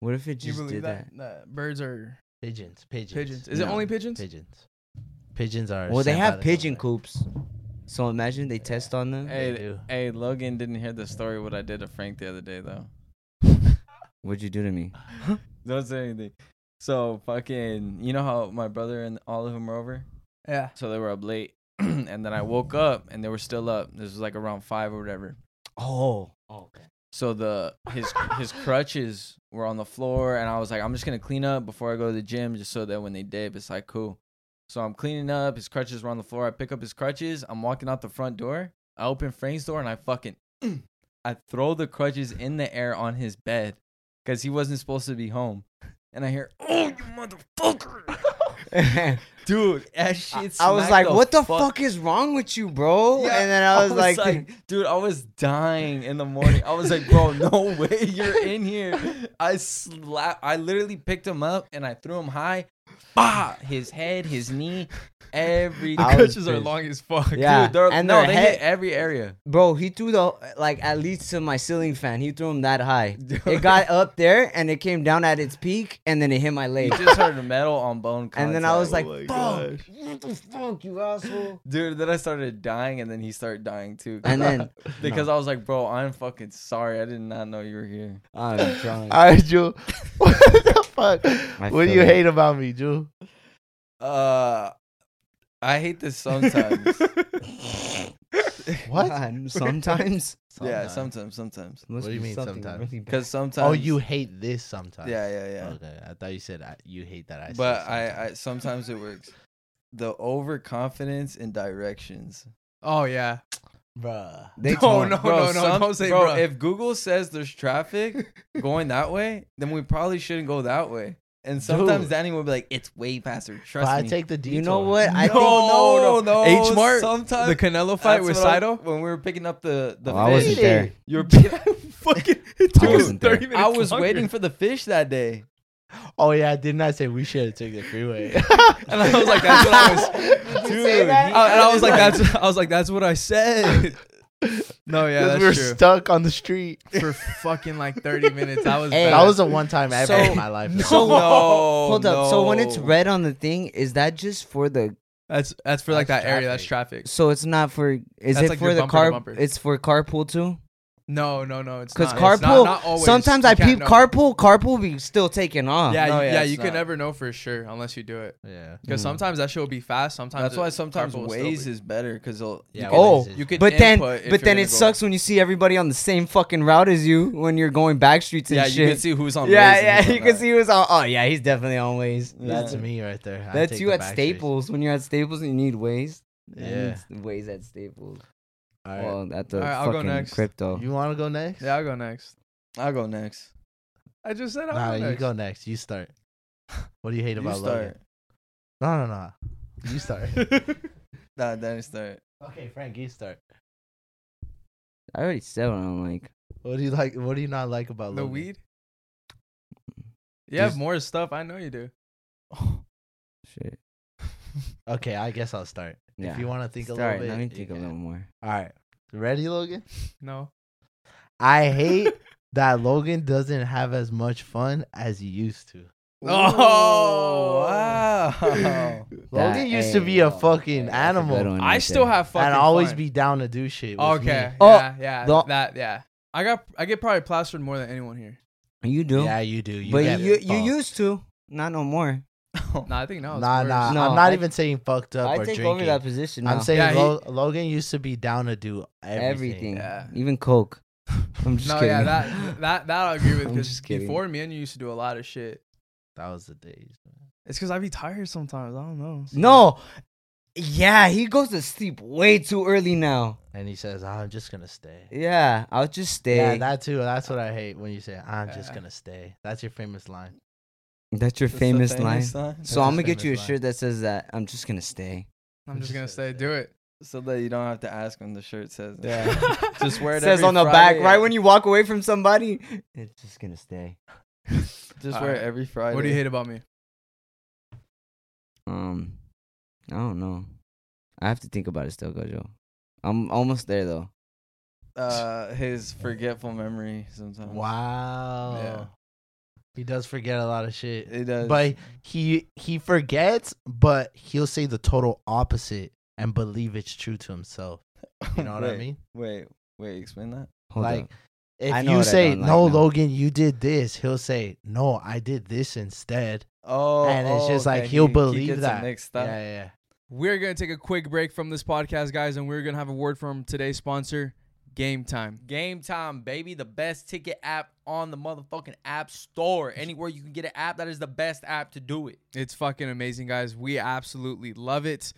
B: what if it
A: Do you
B: just
A: believe
B: did that?
A: that? that birds are
D: Pigeons, pigeons,
A: pigeons? Is it
B: No.
A: only pigeons?
D: pigeons? Pigeons are.
B: Well, they
D: sent by
B: have
D: the
B: pigeon
D: government.
B: coops. So imagine they test on them.
C: Hey,
D: They do.
C: hey, Logan didn't hear the story what I did to Frank the other day though.
B: What'd you do to me?
C: Don't say anything. So fucking, you know how my brother and all of them were over,
A: Yeah.
C: so they were up late, <clears throat> and then I woke up and they were still up. This was like around five or whatever.
B: <laughs> Oh. Oh.
C: So the his his crutches were on the floor, and I was like, I'm just gonna clean up before I go to the gym, just so that when they dip, it's like cool. So I'm cleaning up. His crutches were on the floor. I pick up his crutches. I'm walking out the front door. I open Frank's door, and I fucking <clears throat> I throw the crutches in the air on his bed because he wasn't supposed to be home. And I hear, "Oh, you
B: <laughs>
C: motherfucker,
B: I
C: dude!" That shit.
B: I was
C: smacked
B: like, "What the
C: fuck
B: fuck is wrong with you, bro?"
C: yeah,
B: and then I was, like,
C: dude, I was dying in the morning. I was like, bro, no <laughs> way, you're in here. I slap. I literally picked him up and I threw him high. Bah! His head, his knee, every.
A: The
B: I was
A: crutches are
B: pissed.
A: long as fuck.
B: <laughs> Yeah.
C: Dude, they're-
B: and
C: no,
B: their
C: they
B: head-
C: hit every area.
B: "Bro, he threw the like at least to my ceiling fan. He threw him that
A: <laughs>
B: high.
C: Dude.
B: It got up there and it came down at its peak, and then it hit my
C: You
A: <laughs>
B: leg.
C: just heard metal on bone. Contact.
B: And then I was like,
A: my
B: "Fuck,
A: gosh.
B: what the fuck, you asshole!"
C: dude. Then I started dying, and then he started dying too.
B: <laughs> And
A: <laughs>
B: then
C: <laughs> because I was like, bro, I'm fucking sorry. I did not know you were here.
B: I'm drunk.
D: <laughs> All right, Jew. <laughs> What the fuck?
B: I
D: what do
B: feel
D: you
B: it.
D: hate about me, <laughs> Jew?
C: Uh, I hate this
B: <laughs>
C: sometimes.
D: What?
B: God, sometimes.
C: yeah, sometimes, sometimes.
B: Must
D: What do you
B: be
D: mean
B: something
D: sometimes?
B: really bad.
C: Because sometimes.
D: Oh, you hate this sometimes.
C: Yeah, yeah, yeah.
D: Okay, I thought you said I, you hate that I. say
C: but Oh, I, I
D: sometimes.
C: sometimes it works. The overconfidence in <laughs> directions.
A: <laughs> Oh yeah.
D: bruh.
B: They
A: No,
B: torn.
A: no, no, no.
C: some-
A: don't say,
C: bro,
A: bro.
C: If Google says there's traffic going that way, then we probably shouldn't go that way. And sometimes
D: Dude.
C: Danny will be like, "It's way faster."
D: But
C: Trust
D: I
C: me. <laughs>
D: take the detour.
B: You know what? I
C: no,
B: think
C: no, no.
A: H Mart,
C: Sometimes
A: the Canelo fight
C: That's
A: with
C: what I-
A: <laughs> Saito.
C: when we were picking up the the
B: Oh, I wasn't
C: fish.
B: there.
C: You were picking,
A: Fucking. It took us
B: wasn't there.
A: thirty
C: <laughs>
A: minutes.
C: I was
A: longer. <laughs>
C: waiting for the fish that
B: <laughs>
C: day,
D: Oh yeah, didn't I say we should have taken the freeway? <laughs>
A: and I was like, that's what I was.
B: <laughs> Did
C: dude.
B: you say that?
C: he-
A: <laughs> I- and I was like, that's. I was like, that's what I <laughs> said. No, yeah,
D: 'Cause
A: that's
D: we were
A: true.
D: stuck on the street.
A: for fucking like thirty minutes, I was.
B: Hey.
A: bad.
D: That was a one-time ever
B: So-
D: in my life.
B: <laughs>
C: <laughs>
B: So-
C: no,
B: Hold up. So when it's
C: no.
B: red on the thing, is that just for the?
A: That's that's for like
D: That's
A: that area. That's traffic.
B: So it's not for. Is
A: That's
B: it
A: like
B: for
A: your
B: the
A: bumper to
B: car?
A: bumper.
B: It's for carpool too.
A: No, no, no. It's
B: Because
A: not. It's not-
B: carpool.
A: not always.
B: Sometimes
A: You
B: I
A: can't
B: peep
A: know.
B: carpool. Carpool be still taking off.
A: Yeah,
C: No,
A: you-
C: yeah,
A: yeah,
C: it's
A: You
C: not.
A: can never know for sure unless you do it.
D: yeah.
A: Because
B: Mm.
A: sometimes that shit will be fast. Sometimes
C: That's
A: it-
C: why sometimes
A: carpool will still
C: Waze
A: be-
C: is better because it'll. you
D: Yeah, Waze
C: can-
B: Oh,
D: is-
A: you could.
B: But then,
C: input if
B: but
C: you're
B: then
C: gonna
B: it
C: go-
B: sucks when you see everybody on the same fucking route as you when you're going back streets and
C: yeah,
B: shit.
C: you can see who's on. Waze
B: yeah,
C: and
B: yeah,
C: who's
B: you
C: on
B: can
C: not.
B: see who's on. Oh yeah, he's definitely on Waze.
D: That's
C: Yeah.
D: me right there. I
B: That's
D: take
B: you
D: the
B: at
D: back streets.
B: Staples when you're at Staples and you need Waze.
D: Yeah.
B: Waze at Staples.
D: All right.
B: Well, at the
A: All right, I'll go
B: fucking
A: next.
B: crypto.
D: you want to go next?
A: Yeah, I'll go next.
C: I'll go next.
A: I just said I'll
D: Nah,
A: go
D: you
A: next.
D: go next. You start. What do you hate
C: You
D: about Logan?
C: start.
D: No, no, no.
B: <laughs>
D: You start.
A: <laughs>
C: Nah, Danny start.
D: okay, Frank, you start.
B: I already said what I'm like.
D: What do you like? What do you not like about
A: The
D: Logan?
A: weed. You have
D: Just-
A: more stuff. I know you do.
B: Shit.
D: Okay, I guess I'll start.
B: Yeah.
D: If you want to think a
B: Sorry,
D: little bit.
B: let me
D: you
B: think a
D: can.
B: little more.
D: All right. Ready, Logan?
A: No.
D: I
B: <laughs>
D: hate that Logan doesn't have as much fun as he used to.
A: Oh.
C: Ooh, wow.
D: Logan
B: That-
D: used to
B: hey,
D: be a
B: no, hey,
D: fucking
B: that's a
D: animal
B: good one
D: and
A: I
B: right
A: still
B: there.
A: have fucking.
D: always
A: fun.
D: be down to do shit. with
A: Okay.
D: me.
B: Oh,
A: yeah. Yeah.
B: the-
A: that. Yeah. I got. I get probably plastered more than anyone here.
B: You do,
D: Yeah, you do. You
B: but
D: get Oh.
B: you you
D: fucked.
B: used to. Not no more.
A: Nah, I think no. it's
D: Nah,
A: worse.
D: nah.
B: No,
D: I'm not
B: I-
D: even saying fucked up
B: I
D: or
B: take
D: drinking.
B: over that position. Now.
D: I'm saying
A: Yeah, he-
D: Lo- Logan used to be down to do
B: everything,
D: everything.
A: Yeah.
B: even coke. I'm just
A: no,
B: kidding.
A: yeah,
B: <laughs>
A: that that that I agree with
B: I'm
A: because
B: just kidding.
A: before me and you used to do a lot of shit.
D: That was the days.
A: It's because I be tired sometimes. I don't know.
B: no. Yeah, he goes to sleep way too early now.
D: And he says, "I'm just gonna stay."
B: Yeah, I'll just stay.
D: Yeah, that too. That's what I hate when you say, "I'm just
A: Yeah.
D: gonna stay." That's your famous line.
B: That's your
C: That's the
B: famous line.
C: famous line.
B: So
D: That's
B: I'm
D: his
B: gonna get you a
D: famous line.
B: shirt that says that. I'm just gonna stay.
A: I'm just gonna say do it.
C: so that you don't have to ask them. The shirt says. it.
B: Yeah.
C: <laughs> Just wear it.
B: <laughs> says
C: every
B: on the
C: Friday
B: back, right
C: and-
B: when you walk away from somebody, it's just gonna stay.
A: <laughs>
C: Just wear it
A: Alright.
C: every Friday.
A: What do you hate about me?
B: Um, I don't know. I have to think about it still, Gojo. I'm almost there though.
C: Uh, his forgetful memory sometimes.
D: Wow.
A: Yeah.
D: He does forget a lot of shit.
C: It does.
D: But he he forgets, but he'll say the total opposite and believe it's true to himself. You know what I
C: Wait,
D: mean?
C: Wait, wait. Explain that.
B: Hold
D: like
B: up.
D: if
B: I know
D: you
B: what I
D: say
B: don't like
D: no,
B: now."
D: Logan, you did this, he'll say no, I did this instead.
C: Oh,
D: and it's just
C: oh,
D: like
C: okay,
D: he'll
C: he- he
D: believe
C: gets it
D: that.
C: mixed
D: yeah,
C: up.
D: yeah, yeah.
A: We're gonna take a quick break from this podcast, guys, and we're gonna have a word from today's sponsor, Game Time.
C: Game time, baby. The best ticket app on the motherfucking app store. Anywhere you can get an app, that is the best app to do it.
A: It's fucking amazing, guys. We absolutely love it.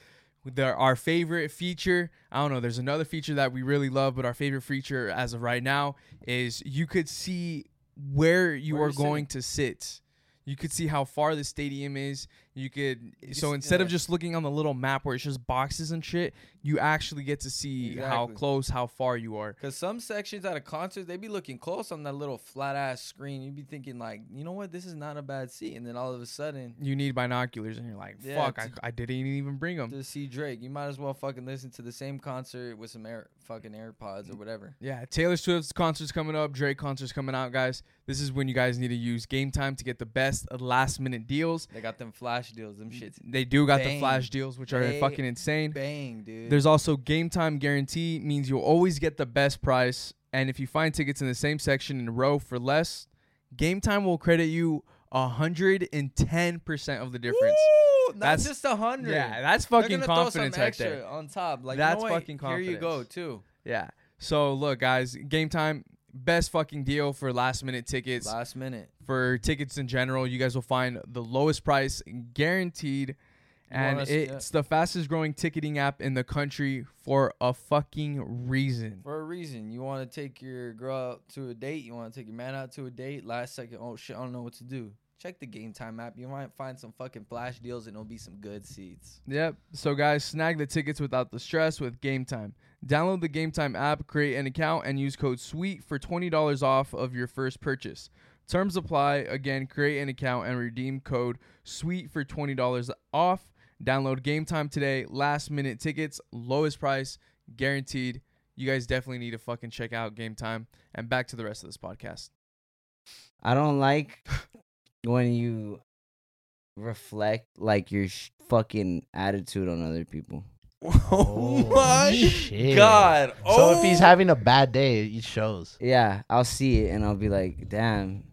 A: They're our favorite feature. I don't know. There's another feature that we really love, but our favorite feature as of right now is you could see where you
C: Where
A: are
C: you're sitting.
A: going to sit. You could see how far the stadium is. You could
C: can
A: so
C: see-
A: instead of
C: yeah.
A: just looking on the little map where it's just boxes and shit, you actually get to see how
C: Exactly.
A: close, how far you are.
C: Cause some sections at a concert, they be looking close on that little flat ass screen. You'd be thinking like, you know what, this is not a bad seat. And then all of a sudden,
A: You need binoculars, and you're like,
C: Yeah,
A: "Fuck, I,
C: it's-
A: I didn't even bring them."
C: to see Drake, you might as well fucking listen to the same concert with some air fucking
A: Mm.
C: AirPods or whatever.
A: Yeah, Taylor Swift's concert's coming up, Drake concert's coming out, guys. This is when you guys need to use game time to get the best last minute deals.
C: They got them flash deals,
A: Mm.
C: them shits.
A: They do got the
C: Bang.
A: flash deals, which are
C: They-
A: fucking insane.
C: Bang, dude.
A: There's also game time guarantee, means you'll always get the best price. And if you find tickets in the same section in a row for less, game time will credit you 110% of the difference.
C: Woo, not
A: That's-
C: just a hundred.
A: Yeah, that's
C: They're
A: fucking
C: gonna throw some
A: confidence right
C: extra
A: there.
C: On top, like
A: That's
C: you know what?
A: fucking
C: Here you go
A: confidence.
C: too.
A: Yeah. So look, guys, game time, best fucking deal for last minute tickets.
C: Last minute.
A: for tickets in general. You guys will find the lowest price guaranteed. And
C: us- yeah.
A: it's the fastest growing ticketing app in the country for a fucking reason.
C: For a reason, you want to take your girl out to a date, you want to take your man out to a date, last second, oh shit, I don't know what to do. Check the game time app. You might find some fucking flash deals and it'll be some good <laughs> seats.
A: Yep. So, guys, snag the tickets without the stress with Game Time. Download the Game Time app, create an account, and use code SWEET for $20 off of your first purchase. Terms apply. Again, create an account and redeem code SWEET for $20 off. Download Game Time today. Last minute tickets, lowest price, guaranteed. You guys definitely need to fucking check out Game Time. And back to the rest of this podcast.
B: I don't like when you reflect like your sh- fucking attitude on other people.
D: Oh, shit. So
B: Oh!
D: if he's
C: having
D: having a bad day,
B: <laughs>
D: it shows.
B: Yeah, I'll see it and I'll be like, damn,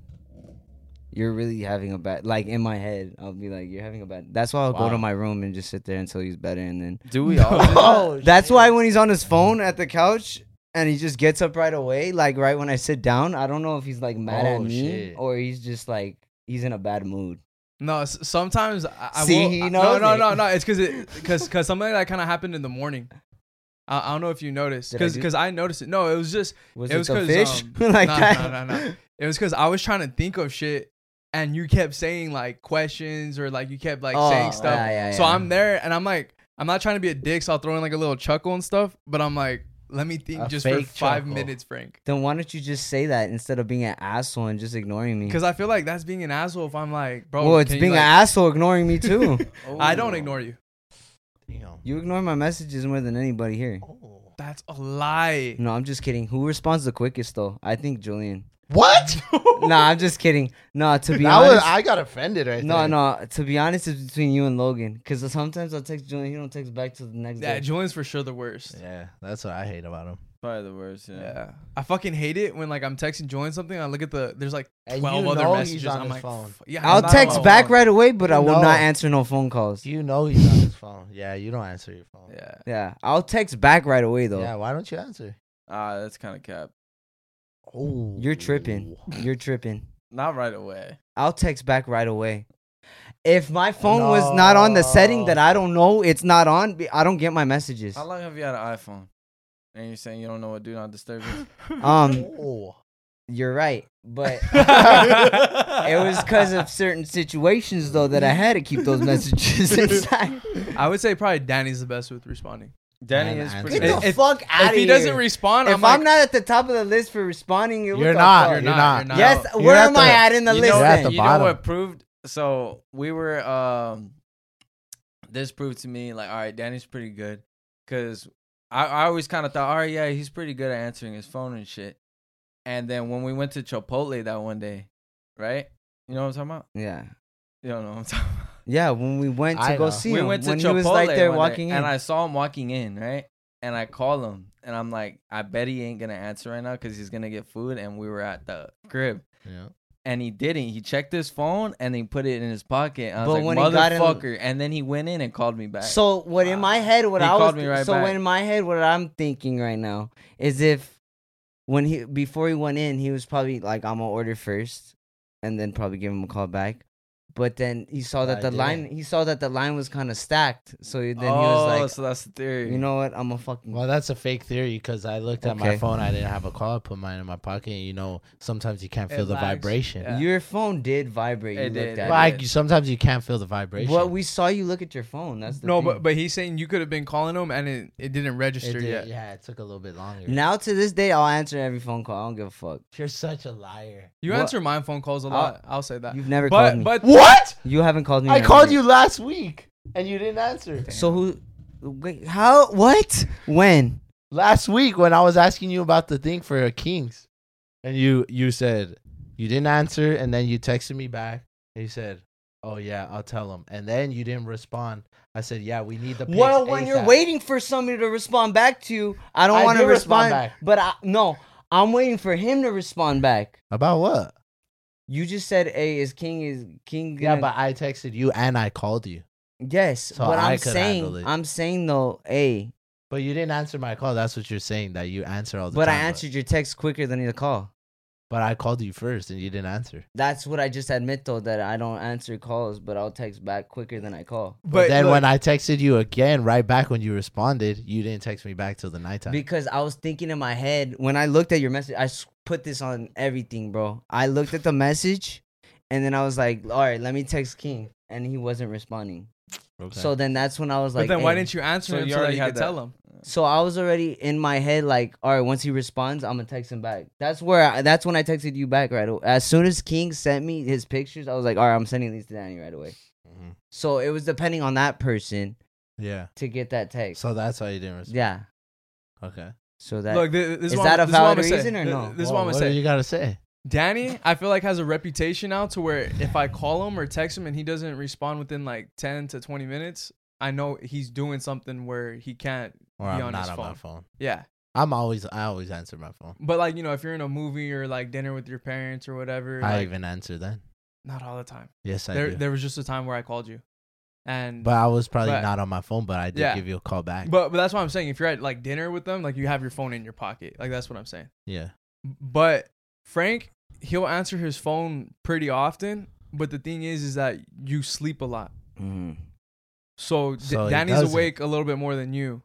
B: you're really having a bad. Like in my head, I'll be like, you're having a bad. That's why I'll go to
D: Wow.
B: my room and just sit there until he's better, and then.
C: Do we all?
D: Oh,
B: That's why when he's on his phone at the couch and he just gets up right away, like right when I sit down, I don't know if he's like mad at
D: Oh,
B: me
D: shit.
B: or he's just like he's in a bad mood.
A: No, s- sometimes I, I
B: See,
A: will.
B: he
A: I-
B: knows
A: no, no,
B: it.
A: no, no. It's because it because because something like that kind of happened in the morning. I, I don't know if you noticed
B: Did I
A: because
B: do-
A: because I noticed it. No, it was just
B: Was
A: It
B: it,
A: was
B: the
A: 'cause,
B: fish <laughs>
A: um,
B: like
A: no,
B: that?
A: no, no, no. it was because I was trying to think of shit, and you kept saying like questions or like you kept like saying
B: Oh,
A: stuff.
B: yeah, yeah,
A: So
B: yeah.
A: I'm there and I'm like I'm not trying to be a dick, so I'll throw in like a little chuckle and stuff. But I'm like, let me think
D: A
A: just for
D: fake
A: five
D: chuckle.
A: minutes, Frank.
B: Then why don't you just say that instead of being an asshole and just ignoring me?
A: Because I feel like that's being an asshole if I'm like, bro.
B: well, it's
A: can you,
B: being
A: like-
B: an asshole ignoring me
A: <laughs>
B: too.
C: Oh.
A: I don't ignore you.
D: Damn.
B: you ignore my messages more than anybody here.
D: Oh.
A: That's a lie.
B: No, I'm just kidding. Who responds the quickest though? I think Julian.
D: What?
B: <laughs> nah, I'm just kidding. No,
A: <laughs>
B: to be
D: <laughs> That
B: honest,
D: was, I got offended right
B: No,
D: there.
B: no. To be honest, it's between you and Logan. Because sometimes I'll text Julian, he don't text back till the next
A: Yeah,
B: day.
A: Julian's for sure the worst.
D: Yeah, that's what I hate about him.
C: Probably the worst. Yeah.
A: Yeah. I fucking hate it when like I'm texting Julian something. I look at the there's like
D: And
A: twelve
D: you
A: other
D: know he's
A: messages.
D: on
A: I'm
D: his
A: like,
D: phone.
A: "F- yeah,
B: I'll
A: I'm not
B: text
A: on my
B: back
A: phone."
B: right away, but I will
D: No.
B: not answer no phone calls.
D: You know he's on his phone. Yeah, you don't answer your phone.
A: Yeah. <laughs>
B: yeah, I'll text back right away though.
D: Yeah, why don't you answer?
C: Ah, that's kind of cap.
D: Oh,
B: You're tripping. You're tripping.
C: Not right away.
B: I'll text back right away. If my phone was not on the setting that
D: No.
B: I don't know, it's not on. be- I don't get my messages.
C: How long have you had an iPhone? And you're saying you don't know what do not disturb is?
D: <sighs>
B: Um, <laughs>
D: Oh.
B: you're right, but <laughs>
C: Uh,
B: it was because of certain situations though that I had to keep those messages inside.
A: I would say probably Danny's the best with responding.
C: Danny
D: Man,
C: is
D: I
C: pretty.
D: think
B: Get
C: If,
D: so.
B: the
C: if,
B: fuck out of
A: if he
B: here.
A: doesn't respond,
B: if
A: I'm, like,
B: not at the top of the list for responding, you
D: You're
B: what the
D: not,
B: fuck?
D: you're not,
A: not.
B: Yes,
D: You're
B: where
D: at
B: am I
D: the-
B: at in the
C: you
B: list?
C: know,
D: You're at the
B: then?
C: you know
D: bottom.
C: what proved? So we were. Um, this proved to me like, all right, Danny's pretty good, because I, I always kind of thought, all right, yeah, he's pretty good at answering his phone and shit. And then when we went to Chipotle that one day, right? You know what I'm talking about?
B: Yeah,
C: You don't know what I'm <laughs> talking about.
B: yeah. When we went to
D: I
B: go
D: know.
B: see
C: we
B: him,
C: went to
B: when
C: Chipotle
B: he was like there
C: one day,
B: walking in,
C: and I saw him walking in, right? And I call him, and I'm like, I bet he ain't gonna answer right now because he's gonna get food, and we were at the crib,
D: Yeah.
C: and he didn't. He checked his phone and he put it in his pocket. I was
B: But
C: like,
B: when he got in-
C: motherfucker! and then he went in and called me back.
B: So what in my
C: Ah.
B: head what
C: He
B: I was
C: called me right
B: so
C: back.
B: in my head what I'm thinking right now is if when he before he went in he was probably like I'm gonna order first and then probably give him a call back. But then he saw that the
D: I
B: line
D: didn't.
B: he saw that the line was kind of stacked. So then he
C: oh,
B: was
C: so that's the
B: like,
C: theory.
B: you know what? I'm a fucking
D: Well, that's a fake theory because I looked at my
B: Okay.
D: phone. I didn't have a call. I put mine in my pocket. And you know, sometimes you can't
C: It
D: feel the
C: lags.
D: vibration.
C: Yeah.
B: your phone did vibrate. You
C: It
B: looked
C: did.
B: at
D: Like
C: Yeah.
D: sometimes you can't feel the vibration.
B: it. Well, we saw you look at your phone. That's the
A: <laughs> no,
B: thing.
A: but but he's saying you could have been calling him and it, it didn't
D: It
A: register
D: did-
A: yet.
D: yeah, it took a little bit longer.
B: now to this day I'll answer every phone call. I don't give a fuck.
D: You're such a liar.
A: You
B: What?
A: answer my phone calls a lot. I'll, say that.
B: You've never
A: Uh, But
B: called me.
A: but
D: What?
B: you haven't called me.
D: I
B: in a
D: called
B: minute.
D: you last week and you didn't answer.
B: So who? Wait, how? What? When?
D: Last week when I was asking you about the thing for Kings, and you you said you didn't answer, and then you texted me back and you said, "Oh yeah, I'll tell him." And then you didn't respond. I said, "Yeah, we need the." pics
B: Well, when you're
D: ASAP."
B: waiting for somebody to respond back to you, I
D: I
B: don't want to
D: did
B: respond.
D: respond back.
B: But I, no, I'm waiting for him to respond back.
D: about what?
B: You just said, "Hey, is King is King?"
D: Yeah,
B: gonna-"
D: but I texted you and I called you,
B: yes.
D: So
B: but
D: I
B: I'm
D: could handle
B: saying,
D: it.
B: I'm saying though, hey,
D: but you didn't answer my call. That's what you're saying that you answer all the
B: but I
D: time.
B: answered your text quicker than your call.
D: But I called you first and you didn't answer.
B: That's what I just admit though that I don't answer calls, but I'll text back quicker than I call
D: But, then when I texted you again, right back when you responded, you didn't text me back till the nighttime.
B: because I was thinking in my head when I looked at your message. I s- put this on everything, bro. I looked at the message, and then I was like, "All right, let me text King," and he wasn't responding. So then that's when I was
A: but
B: like,
A: then why
B: "Hey."
A: didn't you answer
C: So
A: him
C: you
A: so that
C: already
A: you
C: had
A: could
C: that.
A: tell him?
B: So I was already in my head like, all right, once he responds, I'm gonna text him back. That's where I, that's when I texted you back right away. As soon as King sent me his pictures, I was like, all right, I'm sending these to Danny right away.
D: Mhm.
B: So it was depending on that person
D: yeah,
B: to get that text.
D: so that's why you didn't respond.
B: yeah.
D: Okay.
B: So that
A: Look, thi- this,
B: Is
A: what
B: that
A: I'm-
B: a
A: this what I'm
B: valid
A: gonna say.
B: reason or
A: Th-
B: no?
A: This is
D: Well,
A: what I'm gonna
D: what
A: say.
D: do you gotta say?
A: Danny, I feel like has a reputation now to where if I call him or text him and he doesn't respond within like ten to twenty minutes, I know he's doing something where he can't.
D: Or
A: Be
D: I'm
A: on
D: not
A: his
D: on my
A: phone.
D: phone.
A: Yeah,
D: I'm always I always answer my phone.
A: but like you know, if you're in a movie or like dinner with your parents or whatever,
D: I
A: like,
D: even answer then.
A: not all the time.
D: Yes, I
A: There,
D: do.
A: there was just a time where I called you, and
D: but I was probably
A: but-
D: not on my phone, but I did
A: Yeah.
D: give you a call back.
A: But, but that's what I'm saying. If you're at like dinner with them, like you have your phone in your pocket. Like that's what I'm saying.
D: yeah.
A: But Frank, he'll answer his phone pretty often. But the thing is, is that you sleep a lot.
B: Mhm.
A: So, D-
D: So he
A: Danny's
D: doesn't.
A: awake a little bit more than you.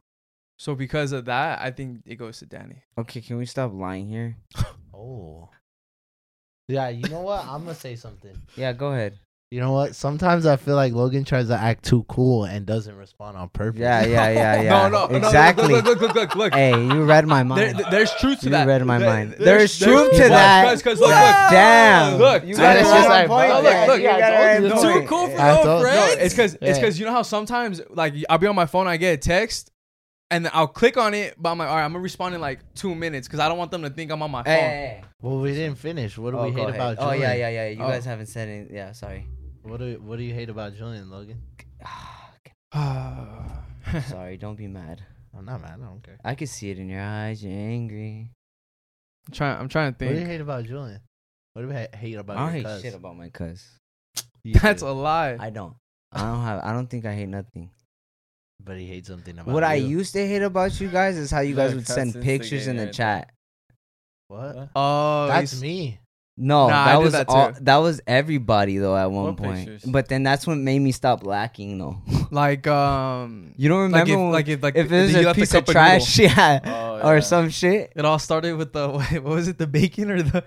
A: So because of that, I think it goes to Danny.
B: okay, can we stop lying here?
D: Oh. Yeah, you know what? I'm gonna say something.
B: Yeah, go ahead.
D: You know what? Sometimes I feel like Logan tries to act too cool and doesn't respond on purpose.
B: Yeah, yeah, yeah, yeah.
A: <laughs> No, no, no,
B: exactly.
A: No, look, look, look, look, look. look.
B: Hey, you read my
A: There,
B: mind.
A: th- there's truth to
B: You
A: that.
B: read my
A: There-
B: mind. There's truth to
A: Look,
B: that.
A: Guys, guys, look,
B: Whoa!
A: look.
B: Damn.
A: Look,
B: You
A: Too
B: got it
A: cool for-
B: right
A: no,
B: point,
A: look,
B: man.
A: look.
B: You got
D: I
B: it
D: told
B: right
D: you.
B: point.
A: Too cool for
D: I
A: no
D: told-
A: friends.
D: No,
A: it's because it's
D: Yeah.
A: because you know how sometimes like I'll be on my phone, I get a text, and I'll click on it, but I'm like, all right, I'm gonna respond in like two minutes because I don't want them to think I'm on my phone.
B: Hey,
A: <sighs>
B: hey, hey.
D: Well, we didn't finish. What do
B: Oh,
D: we
B: go
D: hate
B: ahead.
D: about
B: Oh
D: Julian?
B: yeah, yeah, yeah. You
A: Oh.
B: guys haven't said anything. Yeah, sorry. <sighs>
D: What do What do you hate about Julian, Logan?
B: sorry, don't be mad.
D: I'm not mad. I don't care.
B: I could see it in your eyes. You're angry.
A: I'm trying. I'm trying to
D: What do you
A: think.
D: hate about Julian? What do we ha- hate about?
B: I don't hate
D: your cuz?
B: shit about my cuz.
D: You
A: That's
D: do,
A: a lie.
B: I don't. I don't have. I don't think I hate nothing.
D: But he hates something about.
B: What I
D: you.
B: used to hate about you guys is how you guys
C: Look,
B: would
C: cuss
B: send
C: instigator
B: pictures in the
C: right
B: chat.
D: What?
A: Oh,
D: That's
A: he's-
D: me.
B: No,
A: Nah, I
B: that
A: did
B: was
A: that
B: all.
A: too.
B: That was everybody though at one
C: What
B: point.
C: pictures?
B: But then that's what made me stop lacking though. <laughs>
A: like um.
B: you
A: <laughs>
B: don't
A: Like
B: remember
A: if,
B: when,
A: like if like
B: if
A: the-
B: it was
A: you
B: a
A: left
B: piece
A: cup
B: of
A: noodle.
B: trash, <laughs> yeah,
C: Oh,
B: or
C: yeah.
B: some shit.
A: <laughs> It all started with the <laughs> what was it? The bacon or the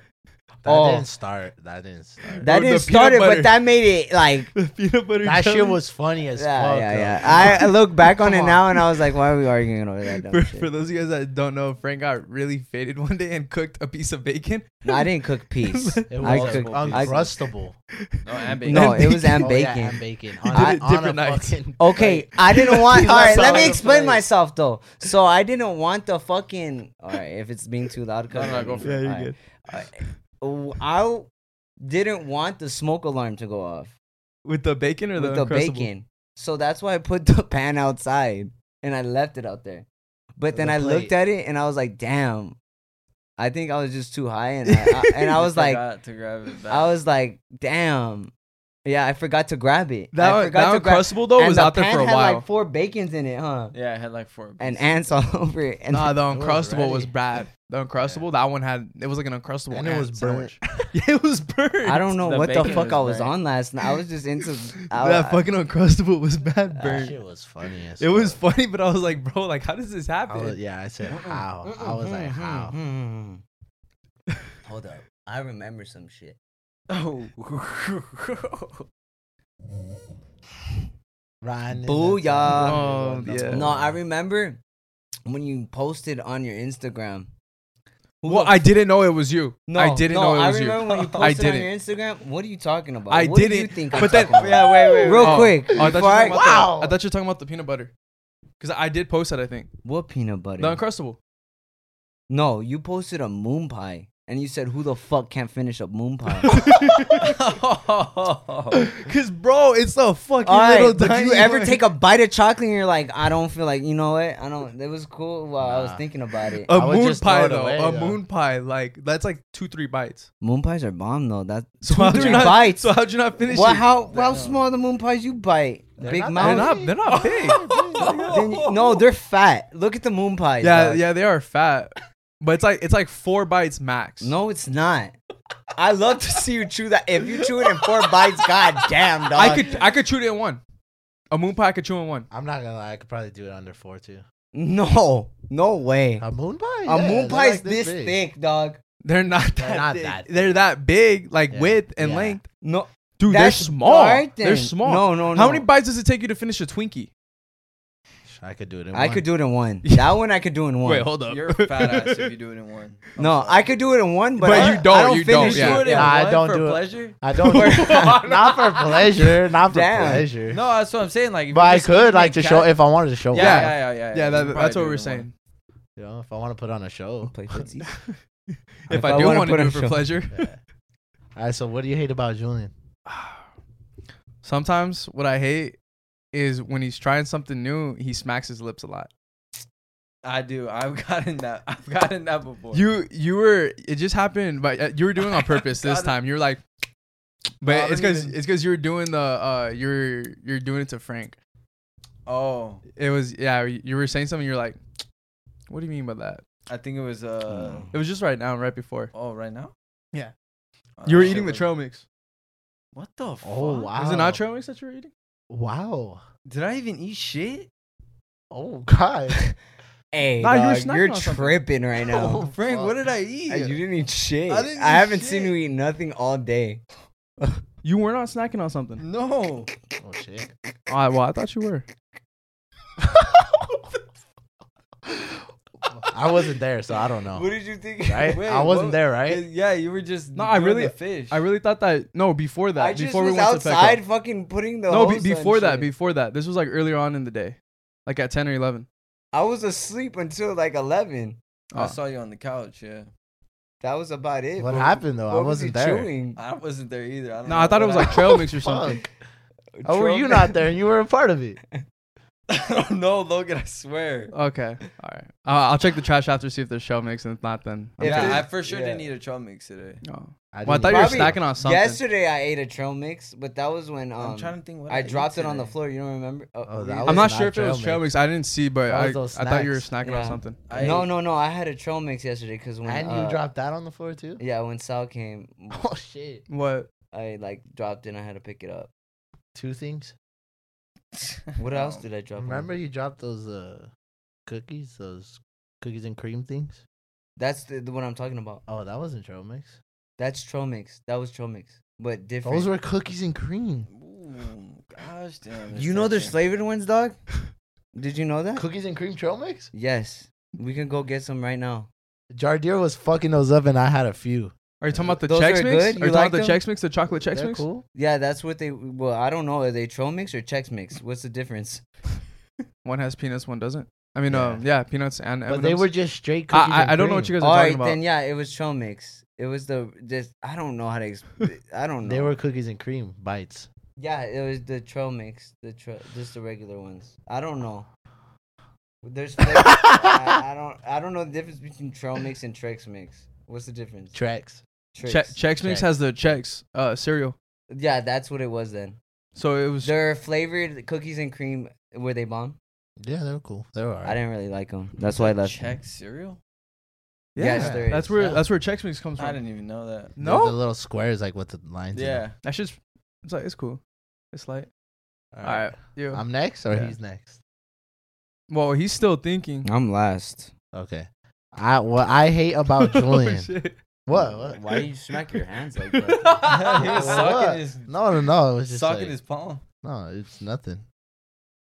D: That
B: Oh.
D: didn't start. That
B: <laughs>
D: didn't start.
A: Or
B: That
A: the
B: didn't
A: peanut
B: start it,
A: butter.
B: but that made it
C: <laughs>
B: like
A: The peanut butter.
D: That
A: jelly?
D: shit was funny as
B: yeah,
D: fuck.
B: yeah,
D: though.
B: yeah. I I look back on it
D: Come on.
B: now and I was like, why are we arguing over that dumb
A: <laughs> <laughs> For,
B: shit?
A: for those of you guys that don't know, Frank got really faded <laughs> one day and cooked a piece of bacon.
B: No,
A: <laughs>
B: I didn't cook peas.
D: It
B: I
D: was
B: cooked- I-
D: uncrustable.
C: No, and bacon.
B: no,
A: And
B: it was
A: <laughs> bacon.
B: and
D: Oh,
B: bacon.
D: yeah,
B: <laughs>
D: and bacon. On,
A: I-
D: a- on
A: Different
D: a
A: nights.
D: fucking
B: Okay,
D: plate.
B: I
A: <laughs>
B: didn't want.
D: Peas
B: All right,
D: on
B: let me
D: the
B: explain
D: plate.
B: myself though. So I didn't want the fucking. All right, if it's being too loud,
C: No,
B: cut
C: no,
B: me.
C: go for it. Yeah,
B: All right. Uh, I didn't want the smoke alarm to go off
A: With the bacon or
B: with the
A: the Uncrustable?
B: bacon. So that's why I put <laughs> the pan outside and I left it out there. But
D: With
B: then
D: the
B: I
D: plate.
B: looked at it and I was like, damn. I think I was just too high
A: <laughs>
B: and I, I- and I
C: You
B: was like
C: forgot to grab it back.
B: I was like, damn. Yeah, I forgot to grab it.
A: That,
B: I
A: one-
B: forgot
A: that Uncrustable, though,
B: and
A: was
B: the
A: out there
B: pan
A: for a
B: had
A: while.
B: like four bacons in it, huh?
C: yeah, I had like four.
B: And
C: pieces.
B: ants <laughs> all over it. And
A: nah, the
D: was
A: Uncrustable was
D: ready.
A: bad. The Uncrustable, that one had, it was like an Uncrustable
D: And it
A: ant
D: was burnt.
A: sandwich. <laughs> yeah, it was burnt.
B: I don't know
C: The
B: what the
C: bacon
B: fuck
C: was
B: I was
C: burnt.
B: on last night. I was just
A: <laughs>
B: into I, Ah,
A: that fucking Uncrustable was bad
D: That
A: burnt.
B: <laughs>
D: shit was funny as
A: it was
D: fuck.
A: funny, but I was like, bro, like, how does this
D: I
A: happen?
D: was, yeah, I said how. I was like how.
B: Hold up. I remember some shit.
C: oh,
A: <laughs>
D: Ryan. and
B: Booyah.
D: Nathaniel.
A: Oh, yeah.
B: No, I remember when you posted on your Instagram. Who
A: well,
B: the
A: I didn't know it was you.
B: No,
A: I didn't
B: no,
A: know it
B: I
A: was
B: remember
A: you.
B: when you
A: <laughs> I
B: posted
A: didn't.
B: on your Instagram. What are you talking about?
A: I
B: What do
A: didn't.
B: you think I'm
A: but then,
B: talking about?
A: yeah, wait, wait, wait.
B: Real quick,
A: Oh, I thought, you
B: before I-
A: were talking about
D: Wow.
A: the, I thought you were talking about the peanut butter. Because I did post that, I think.
B: What peanut butter?
A: The
B: <laughs>
A: <laughs> Uncrustable.
B: no, you posted a moon pie, and you said, "Who the fuck can't finish a moon
A: <laughs>
B: pie?"
A: Because, bro, it's a fucking
B: All right,
A: little
B: but
A: tiny
B: you ever
A: one.
B: take a bite of chocolate and you're like, "I don't feel like," you know what? I don't. It was cool while I was
D: Nah.
B: thinking about it.
A: a
D: I would
A: moon
D: just
A: pie,
D: throw it
A: though?
D: away,
A: a
D: though.
A: moon pie. Like, that's like two, three bites. <laughs>
B: moon pies are bomb though. That's
A: So
B: two,
A: how'd you
B: three
A: not,
B: bites.
A: So how'd you not finish
B: what?
A: it?
B: How? How small are the moon pies you bite? Big
D: not that
A: they're
B: mouth.
A: not, they're not
D: <laughs>
A: big.
B: <laughs> Then <laughs> you- no, they're fat. Look at the moon pies.
A: yeah,
B: dog.
A: yeah, they are fat. But it's like it's like four bites max.
B: No, it's not. I love to see you chew that. If you chew it in four bites, god damn, dog.
A: I could I could chew it in one. A moon pie I could chew in one.
D: I'm not gonna lie. I could probably do it under four too.
B: No, no way.
D: A moon pie.
B: a
D: Yeah,
B: moon
D: they're
B: pie is
D: like
B: this,
D: big.
B: thick, dog.
A: They're not
D: They're
A: that
D: not
A: big.
D: that
A: They're that big, like
D: Yeah.
A: width and
D: Yeah.
A: length.
B: No,
A: Dude,
B: That's
A: they're small.
B: alright
A: They're
B: then.
A: small.
B: No, no,
A: How
B: no.
A: many bites does it take you to finish a Twinkie?
D: I could do it. In
B: I
D: one.
B: could do it in one. That one I could do in one.
A: <laughs> Wait, hold up.
C: You're a fat ass if
A: <laughs>
C: you do it in one. Oh I'm
B: no,
C: sorry.
B: I could do it in one, but,
A: But
B: I-
A: you don't,
B: I don't
A: you don't,
B: finish
A: yeah.
C: do it in
D: Nah, I
C: one
D: don't
C: for
D: do it.
C: pleasure.
D: <laughs> I don't. <laughs> not for pleasure. Not for
B: Damn.
D: pleasure.
C: No, that's what I'm saying. Like, if
D: but
C: you
D: I
C: just
D: could
C: make
D: like to show
C: cat-
D: if I wanted to show.
C: Yeah,
D: off,
C: yeah, yeah, yeah.
A: yeah,
C: you
A: that,
C: could probably
A: that's
C: do
A: what
C: it
A: we were
C: in one.
A: saying.
D: You know, if I want to put on a show.
B: Play footsies.
A: If,
B: If
A: I,
B: I
A: do
B: wanna
A: want to
B: put
A: do
B: on
A: it for
B: show.
A: pleasure,
D: Yeah. All right. So what do you hate about Julian?
A: sometimes what I hate is when he's trying something new, he smacks his lips a lot.
C: I do. I've <laughs> gotten that. I've gotten that before.
A: You you were it just happened, but uh, you were doing it on purpose this
C: God.
A: time. You're like,
C: No,
A: but
C: I don't
A: it's because
C: even-
A: it's because you're doing the uh you're you're doing it to Frank.
C: Oh,
A: It was yeah. You were saying something. You're like, what do you mean by that?
C: I think it was uh.
A: It was just right now, right before.
C: Oh, right now.
A: Hmm. Yeah.
C: Oh,
A: You were
C: shit,
A: eating the
C: was-
A: trail mix.
C: What the fuck?
D: Oh wow.
A: Is it not trail mix that you were eating?
D: Wow.
C: Did I even eat shit?
D: Oh <laughs> god.
B: hey,
A: Nah, you were
B: dog,
A: snacking
B: you're
A: on something.
B: tripping right now.
C: Frank, what did I eat?
B: Uh, You didn't eat shit.
C: Oh, I
B: I,
C: didn't eat
B: haven't
C: shit.
B: seen you eat nothing all day.
A: You were not snacking on something. <laughs>
C: No.
D: Oh shit.
A: All right, well, I thought you were.
D: I wasn't there, so I don't
B: What
D: know.
B: did you think?
D: Right?
C: Wait,
D: I wasn't
C: what-
D: there, right?
C: Yeah, you were just.
A: No, I
C: doing
A: really-
C: the fish.
A: I really thought that. No, before
B: <laughs>
A: that,
B: I just
A: before
B: was
A: we went
B: outside
A: to Petco.
B: fucking putting the
A: No, be-
B: hose
A: before
B: on
A: that,
B: shit.
A: before that. This was like earlier on in the day, like at ten or eleven.
B: I was asleep until like 11.
C: I
A: Oh.
C: saw you on the couch. Yeah.
B: That was about it.
D: What
B: But
D: happened though? I
B: what was
D: wasn't
B: he
D: there.
B: Chewing?
C: I wasn't there either. I don't
A: No,
C: know
A: I thought it
C: what
A: was like trail mix or something.
D: <laughs> Fuck. How Oh, were you not there and you were a part of it?
C: <laughs> I don't know, Logan. I swear.
A: Okay, all right. Uh, I'll check the trash after see if there's trail mix, and if not, then I'm
B: Yeah,
A: taking-
C: yeah, I
B: there's-
C: for sure
B: yeah.
C: didn't eat a trail mix today.
A: Oh.
D: I,
A: Well, I thought
D: didn't
A: you
D: eat
A: were
B: Probably
A: snacking on something.
B: Yesterday I ate a trail mix, but that was when um,
C: I'm trying to think what
B: I,
C: I ate
B: dropped it on the
C: today.
B: floor. You don't remember? Oh,
D: Oh,
B: were
D: that
B: you
D: was
A: I'm
B: there?
A: not
D: not
A: sure if it
D: trail
A: was trail
D: mix.
A: mix. I didn't see, but
D: That
A: I, I
D: was those
A: thought you were
D: snacks.
A: snacking on
B: Yeah.
A: something.
C: I
B: No,
C: ate-
B: no, no. I had a trail mix yesterday because when
D: And
B: uh,
D: you dropped that on the floor too?
B: Yeah, when Sal came,
D: <laughs> Oh shit.
A: What?
B: I like dropped it and I had to pick it up.
D: Two things.
B: What
C: No.
B: else did I drop? on
D: Remember
B: it?
D: you dropped those uh cookies, those cookies and cream things?
B: That's the, the one I'm talking about.
D: Oh, that wasn't trail mix.
B: That's Tromix. That was Tromix, but different.
D: Those were cookies and cream.
C: <laughs> Ooh, gosh damn.
B: you know there's flavored ones, dog. <laughs> Did you know that?
D: Cookies and cream trail mix?
B: Yes, we can go get some right now.
D: Jardier was fucking those up and I had a few.
A: Are you talking about the
B: Those
A: Chex
B: are
A: Mix? Are you
B: good? You
A: talking
B: like
A: about the
B: them?
A: Chex Mix, the chocolate Chex
D: They're
A: Mix?
D: cool.
B: Yeah, that's what they. Well, I don't know. Are they Tromix or Chex Mix? What's the difference?
A: One has peanuts, one doesn't. I mean,
D: Yeah.
A: um, yeah, peanuts and
D: But they
A: M&Ms.
D: were just straight cookies.
A: I,
D: and
A: I, I don't know what you
D: cream. Oh,
A: guys
B: All
A: are
B: right,
A: talking about.
B: then yeah, it was Tromix. It was the this. I don't know how to. Exp- I don't know.
D: They were cookies and cream bites.
B: Yeah, it was the Tromix. The tro- just the regular ones. I don't know. <laughs> There's. flavor- I, I don't. I don't know the difference between Tromix and Trex Mix. What's the difference?
D: Tracks.
A: Che-
B: Trex.
A: Chex Mix
D: Chex.
A: has the Chex uh, cereal.
B: Yeah, that's what it was then.
A: So it was.
B: Their flavored cookies and cream were they bomb?
D: Yeah, they were cool. They were alright.
B: I didn't really like them. That's why I left.
C: Check cereal?
B: Yes, there is.
A: That's where
D: yeah.
A: that's where Chex Mix comes
C: I
A: from.
C: didn't even know
B: <laughs>
C: that.
D: The- The little squares like with the lines. in
C: Yeah.
D: them.
A: That's just it's like it's cool. It's light. All
D: Alright.
A: right. Yeah.
D: I'm next or
A: Yeah.
D: he's next.
A: well, he's still thinking.
B: I'm last.
D: Okay. I what I hate about Julian.
A: <laughs> oh, shit.
D: what? what?
B: Why do you smack your hands like
A: he
B: that?
C: <laughs> he was
D: What?
C: sucking his
D: No, no, no. It was just
C: sucking
D: like-
C: his
B: <laughs>
C: palm.
D: No, it's nothing.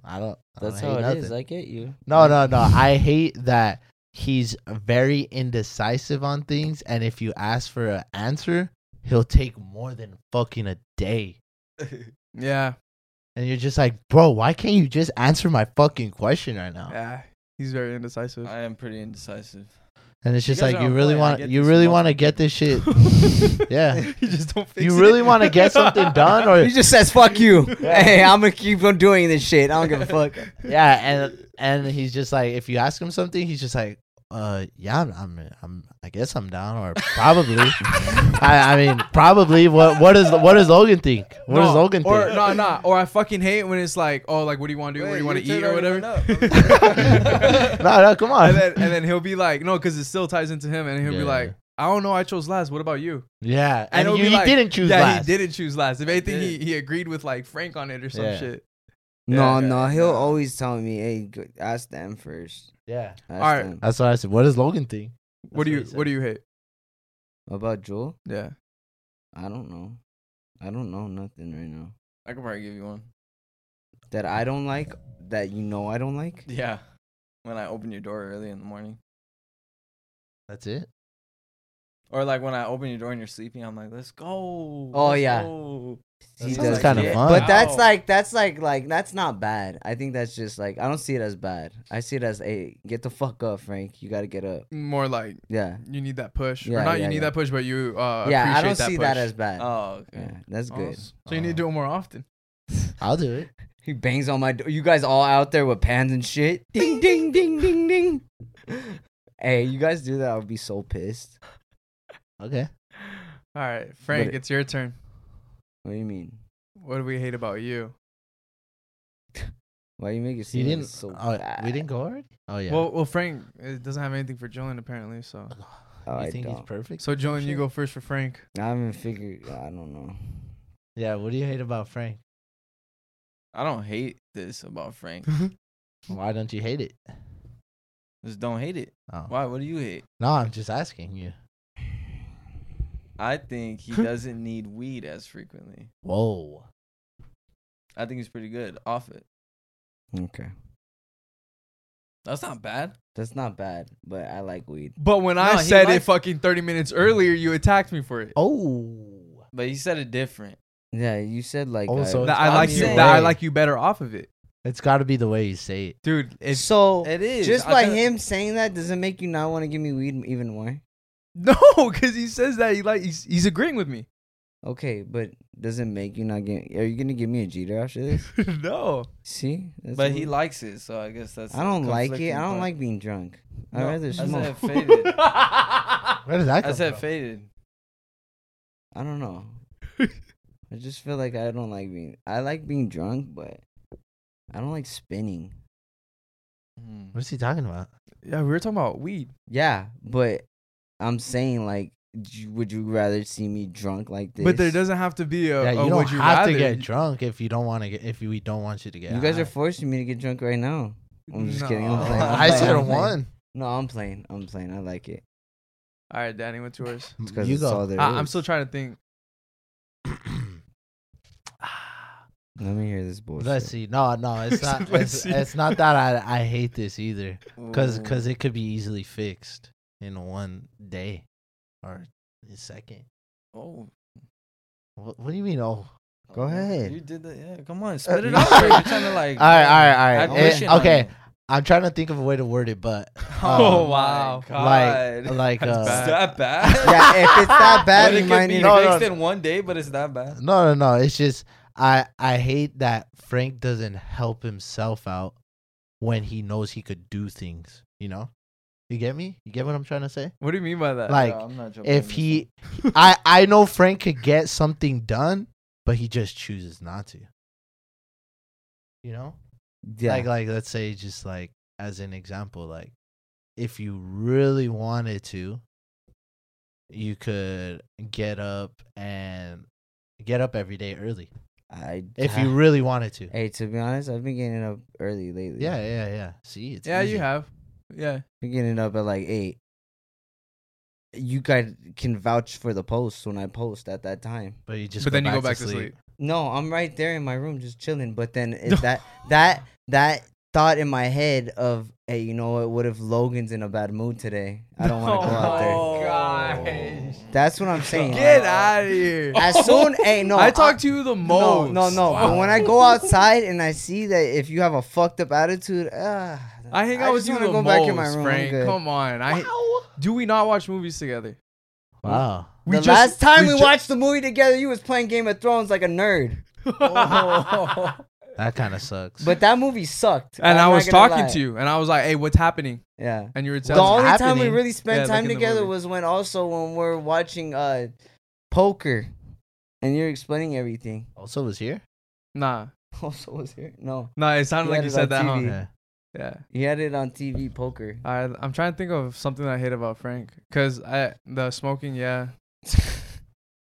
D: I don't. I
B: <laughs> That's
D: don't
B: how
D: hate
B: it is.
D: nothing.
B: I get you.
D: no, no, no. I hate that he's very indecisive on things, and if you ask for an answer, he'll take more than fucking a day.
A: Yeah.
D: And you're just like, bro, why can't you just answer my fucking question right now?
A: Yeah. He's very indecisive.
C: I am pretty indecisive.
D: And it's
C: You
D: just
C: guys
D: like
C: are
D: you
C: on
D: really
C: point. I
D: want
C: get
D: you
C: this
D: really
C: motherfucker.
D: want to get this shit.
A: <laughs>
C: <laughs>
D: <laughs> yeah,
A: you just don't fix
D: you
A: it.
D: really want to get something done, or
B: <laughs> He just says "fuck
D: <laughs>
B: you." <laughs> hey, I'm gonna keep on doing this shit. I don't give a
C: <laughs>
B: fuck.
D: yeah, and and he's just like, if you ask him something, he's just like, uh, yeah, I'm, I'm, I'm I guess I'm down, or probably. I, I mean, probably. What, what is, what does Logan think? What does
A: No,
D: Logan think?
A: Or no, no. Or I fucking hate when it's like, oh, like, what do you want to do? what do you want to eat or whatever?
B: <laughs>
D: <laughs> no, no, come on.
A: and then and then he'll be like, no, because it still ties into him, and he'll
D: Yeah.
A: be like, I don't know, I chose last. What about you?
D: yeah, and,
A: it'll
D: you,
A: be
D: he
A: like,
D: didn't choose
A: yeah,
D: last.
A: he didn't choose last. If anything, he,
C: didn't.
A: he agreed with like Frank on it or some
D: Yeah.
A: shit.
B: No,
A: Yeah.
B: no, he'll
C: Yeah.
B: always tell me, "Hey, go- ask them first.
D: Yeah,
B: Ask
A: Alright.
B: them.
D: that's what I said. What does Logan think?
A: What do you
D: That's
A: what
D: what
A: do
D: he
A: you hate?
B: About Joel,
A: Yeah.
B: I don't know. I don't know nothing right now
C: <laughs> I could probably give you one.
B: that I don't like. That you know I don't like.
C: Yeah. When I open your door early in the morning.
D: That's it.
C: Or like when I open your door and you're sleeping, I'm like, let's go.
B: Oh,
C: let's
B: yeah.
C: go."
D: That sounds
B: does
D: kinda
B: that.
D: fun.
B: But that's
C: Wow.
B: like that's like like that's not bad. I think that's just like I don't see it as bad. I see it as hey, get the fuck up, Frank. You gotta get up.
A: More like
B: Yeah.
A: you need that push. or
B: Yeah,
A: not you
B: yeah,
A: need
B: yeah.
A: that push, but you uh
B: yeah, I
A: appreciate
B: don't see
A: push.
B: that as bad.
C: Oh, okay.
B: yeah, that's good.
A: Awesome. So you need to do it more often.
D: I'll do it.
B: He bangs on my door. You guys all out there with pans and shit. Ding ding ding ding ding. hey, you guys do that, I'll be so pissed.
D: Okay.
A: All right, Frank,
B: But it-
A: it's your turn.
B: What do you mean?
A: What do we hate about you?
B: Why you make it
D: You
B: seem like
D: didn't.
B: it's so
D: oh,
B: bad?
D: we didn't go already. Oh yeah.
A: Well, well, Frank it doesn't have anything for Julian apparently. So,
B: Oh,
D: you
B: I
D: think he's
B: don't.
D: perfect?
A: so Julian, you
D: Shit.
A: go first for Frank.
B: I haven't figured I don't know.
D: Yeah. What do you hate
A: <laughs>
D: about Frank?
C: I don't hate this about Frank.
D: Why don't you hate it?
C: Just don't hate it.
D: Oh.
C: Why? What do you hate?
D: No, I'm just asking you.
C: I think
B: <laughs>
C: he doesn't need weed as frequently.
D: Whoa.
C: I think he's pretty good off it.
B: Okay.
C: That's not bad.
B: That's not bad, but I like weed.
A: But when I
C: No, he
A: said it
C: likes-
A: fucking thirty minutes earlier, you attacked me for it.
D: Oh.
C: But he said it different.
B: Yeah, you said like
D: Oh,
B: I-
D: so
A: That
D: it's
A: I
C: I'm
A: like you.
C: saying-
A: That I like you better off of it,
D: It's got to be the way you say it.
A: dude. It's
B: so
C: It is.
B: just
C: I
B: by
C: thought-
B: him saying that doesn't make you not want to give me weed even more.
A: <laughs> no, because he says that he like he's, he's agreeing with me. <laughs>
B: Okay, but does it make you not get? Are you gonna give me a Jeter after this?
A: no,
B: See, That's
C: But he
B: what-
C: likes it, so I guess that's.
B: I
C: the
B: don't like it.
C: conflicting
B: I don't
C: part.
B: like being drunk. I'd
A: No,
B: rather
A: that's
C: I
B: smoke.
C: said faded.
D: <laughs> Where did that
C: I
D: come
C: said
D: from?
C: faded.
B: I don't
A: <laughs>
B: know. I just feel like I don't like being. I like being drunk, but I don't like spinning.
C: Hmm.
D: What's he talking about?
A: yeah, we were talking about weed.
B: Yeah, but I'm saying like, d- would you rather see me drunk like this?
A: But there doesn't have to be a.
D: yeah,
A: a
D: you don't
A: Oh, would you
D: have
A: rather.
D: to get drunk if you don't want to get if we don't want you to get.
B: You guys are
D: high.
B: forcing me to get drunk right now. I'm just kidding. I'm
A: No. <laughs>
B: playing. I'm
D: <laughs>
B: <laughs>
D: I
B: playing,
D: said
B: I'm playing.
D: one.
B: No, I'm playing. I'm playing. I like it.
A: All right, Danny, what's yours?
B: It's 'cause
D: you
B: it's all
D: <clears throat> go.
B: there
A: I, I'm
B: is.
A: still trying to think.
B: Let me hear this bullshit.
D: Let's see. No,
A: <laughs>
D: no, it's not.
A: Let's
D: it's,
A: see.
D: it's not that I, I hate this either,
C: Mm.
D: because it could be easily fixed in one day or a second.
C: Oh,
D: What, what do you mean? Oh,
B: Go
C: You
B: ahead.
C: did that. Yeah, come on, spit it out. You're trying to like.
D: all right, all
C: have
D: right, all right.
C: wishing
D: Eh,
C: on
D: okay,
C: you.
D: I'm trying to think of a way to word
C: <laughs>
D: it, but
A: Oh,
D: um,
A: wow.
C: my God.
D: like, like,
A: That's
D: uh,
A: bad.
C: Is that bad?
D: <laughs>
B: yeah, if
C: <laughs>
B: it's that
C: But
B: bad,
C: it
B: you might
C: could be
B: need.
D: No, no,
C: fixed
D: no.
C: in one day, but it's that bad.
D: No, no, no. It's just I I hate that Frank doesn't help himself out when he knows he could do things. You know, you get me? You get what I'm trying to say?
A: What do you mean by that?
D: Like,
C: Yeah, I'm not jumping on
D: if
C: this
D: he, <laughs> I I know Frank could get something done, but he just chooses not to. You know,
B: Yeah,
D: like like let's say just like as an example, like if you really wanted to, you could get up and get up every day early
B: I,
D: if
B: I-
D: you really wanted to.
B: Hey, to be honest, I've been getting up early lately.
D: Yeah, yeah, yeah. See, it's
A: yeah,
D: easy.
A: you have. Yeah.
B: been getting up at like eight. You guys can vouch for the post when I post at that time.
D: but you just
A: but then you go back to sleep.
B: No, I'm right there in my room just chilling. But then it, that that that thought in my head of hey, you know what? What if Logan's in a bad mood today? I don't want to go out
A: <laughs>
B: there.
A: gosh.
B: That's what I'm saying.
A: Get out of here.
B: <laughs> As soon, hey, no,
A: <laughs> I talk to you the most.
B: No, no, no. But when I go outside and I see that if you have a fucked up attitude, ah,
A: I hang out with
B: just
A: you the
B: wanna
A: most,
B: I'm
A: Frank.
B: good.
A: Come on. I do we not watch movies together?
D: Wow.
B: the last time we, watched the movie together, you was playing Game of Thrones like a nerd.
C: Oh.
D: That kind of sucks.
B: But that movie sucked.
A: and I
B: I'm not
A: was
B: gonna
A: talking
B: lie.
A: to you, and I was like, "Hey, what's happening?"
B: Yeah.
A: And you were
B: the
A: telling me,
B: only time we
D: happening.
B: really spent
A: Yeah, like
B: time
A: in the
B: together
A: movie.
B: was when also when we're watching uh poker, and you're explaining everything. <laughs>
D: also was here.
A: "Nah,
B: Also was here. No,
A: nah." It sounded
B: You
A: like
B: had
A: you
B: it
A: said
B: on
A: that, huh?
B: TV.
D: Yeah.
A: Yeah.
B: he had it on TV poker.
A: I I'm trying to think of something I hate about Frank, cause I the
B: <laughs>
A: smoking, yeah.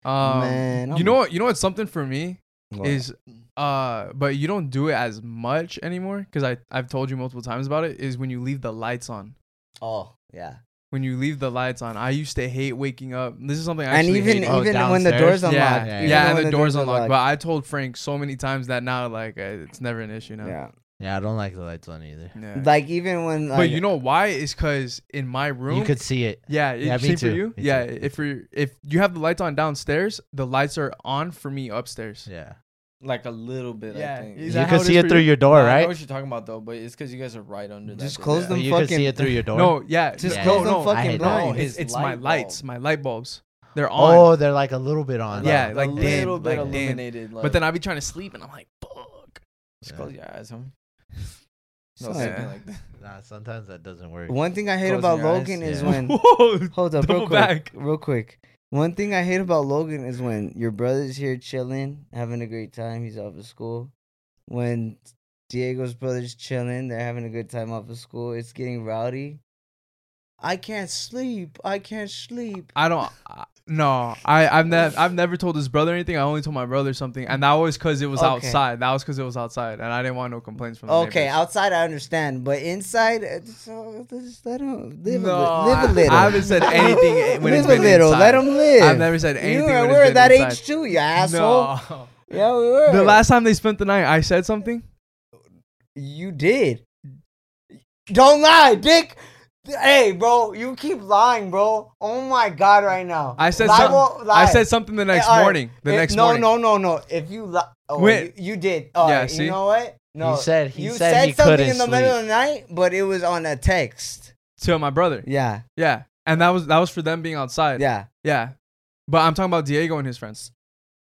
A: Um,
B: Man,
A: you
B: I'm-
A: know what? You know what's something for me
B: What?
A: is uh, but you don't do it as much anymore, cause I I've told you multiple times about it. Is when you leave the lights on.
B: oh yeah,
A: When you leave the lights on, I used to hate waking up. This is something I
B: and
A: actually
B: even
A: hate.
D: Oh,
B: even when the doors
D: downstairs?
B: unlocked,
A: yeah,
D: yeah,
A: yeah,
B: even
D: yeah.
A: and
B: when
A: the doors unlocked. But I told Frank so many times that now, like, uh, it's never an issue now.
B: yeah, uh,
D: Yeah, I don't like the lights on either.
A: Yeah.
B: like even when like,
A: but you know why? Is because in my room,
D: You could see it.
A: Yeah,
D: Yeah,
A: it-
D: me
A: same for
D: too.
A: you.
D: Me
A: yeah,
D: too. Me
A: if you if you have the lights on downstairs, the lights are on for me upstairs.
D: Yeah.
C: <laughs> like a little bit. I
A: Yeah,
C: think.
A: is
D: you
A: that how
D: could
A: it
D: see
A: is
D: it
A: for
D: through
A: you?
D: your door,
C: Nah, I know
D: right?
C: what you're talking about though, but it's because you guys are right under that.
B: Just
C: door.
B: close
C: Yeah.
B: them
D: you could
B: fucking-
D: see it through your door.
A: No, yeah,
B: just
D: Yeah.
B: close them
A: No, no,
D: I
B: fucking
D: hate that.
A: no.
B: blinds.
A: It's,
C: His
A: it's my
C: light
A: lights,
C: bulb.
A: my light bulbs. They're on.
D: Oh, they're like a little bit on.
A: Yeah,
D: Like,
A: like
C: a
A: dim,
C: little bit
A: like dim.
C: illuminated. Like,
A: but then I be trying to sleep and I'm like, fuck.
C: just close your eyes, homie. No,
B: Son.
C: something like
D: <laughs>
C: that.
D: nah, sometimes that doesn't work.
B: One thing I hate
C: Closing
B: about
C: your eyes.
B: Logan is
A: <laughs>
D: Yeah.
B: when
A: Whoa.
B: Hold up,
A: Double
B: real quick.
A: back.
B: Real quick. One thing I hate about Logan is when your brother's here chilling, having a great time. He's off of school. When Diego's brother's chilling, they're having a good time off of school. It's getting rowdy. I can't sleep. I can't sleep.
A: I don't. I, no, I I've never I've never told his brother anything. I only told my brother something, and that was because it was
B: Okay.
A: outside. That was because it was outside, and I didn't want no complaints from. The
B: Okay,
A: neighbors.
B: outside I understand, but inside, uh, just, uh, just let him live,
A: No,
B: a, li- live a
A: I-
B: little.
A: I haven't said
B: <laughs>
A: anything when
B: live
A: it's been
B: a little.
A: inside.
B: Let him live.
A: I've never said anything.
B: You were,
A: when
B: we
A: it's
B: were
A: been
B: that
A: inside.
B: age too, you asshole.
A: No.
B: Yeah, we were.
A: The last time they spent the night, I said something.
B: You did. Don't lie, Dick. Hey, bro, you keep lying, bro. Oh my god, right now.
A: I said
B: Lie
A: some-
B: won't lie.
A: I said something the next
B: Eh, All right.
A: morning. The
B: If-
A: next
B: no,
A: morning.
B: No, no, no, If you lie, oh,
A: Wait.
B: you, you did. All
A: Yeah,
B: right,
A: see?
B: you know what? No,
D: He said- he
B: you
D: said he
B: something
D: couldn't
B: in the middle of the night, but it was on a text.
A: To my brother.
B: Yeah,
A: Yeah. And that was that was for them being outside.
B: yeah.
A: Yeah. But I'm talking about Diego and his friends.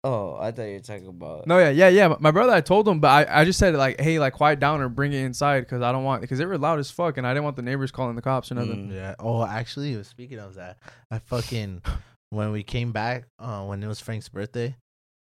B: Oh, I thought you were talking about.
A: No, yeah, yeah, yeah. My brother, I told him, but I, I just said like, hey, like quiet down or bring it inside because I don't want because they were loud as fuck and I didn't want the neighbors calling the cops or nothing.
B: Mm.
D: Yeah. Oh, actually, was speaking of that, I fucking when we came back, uh, when it was Frank's birthday,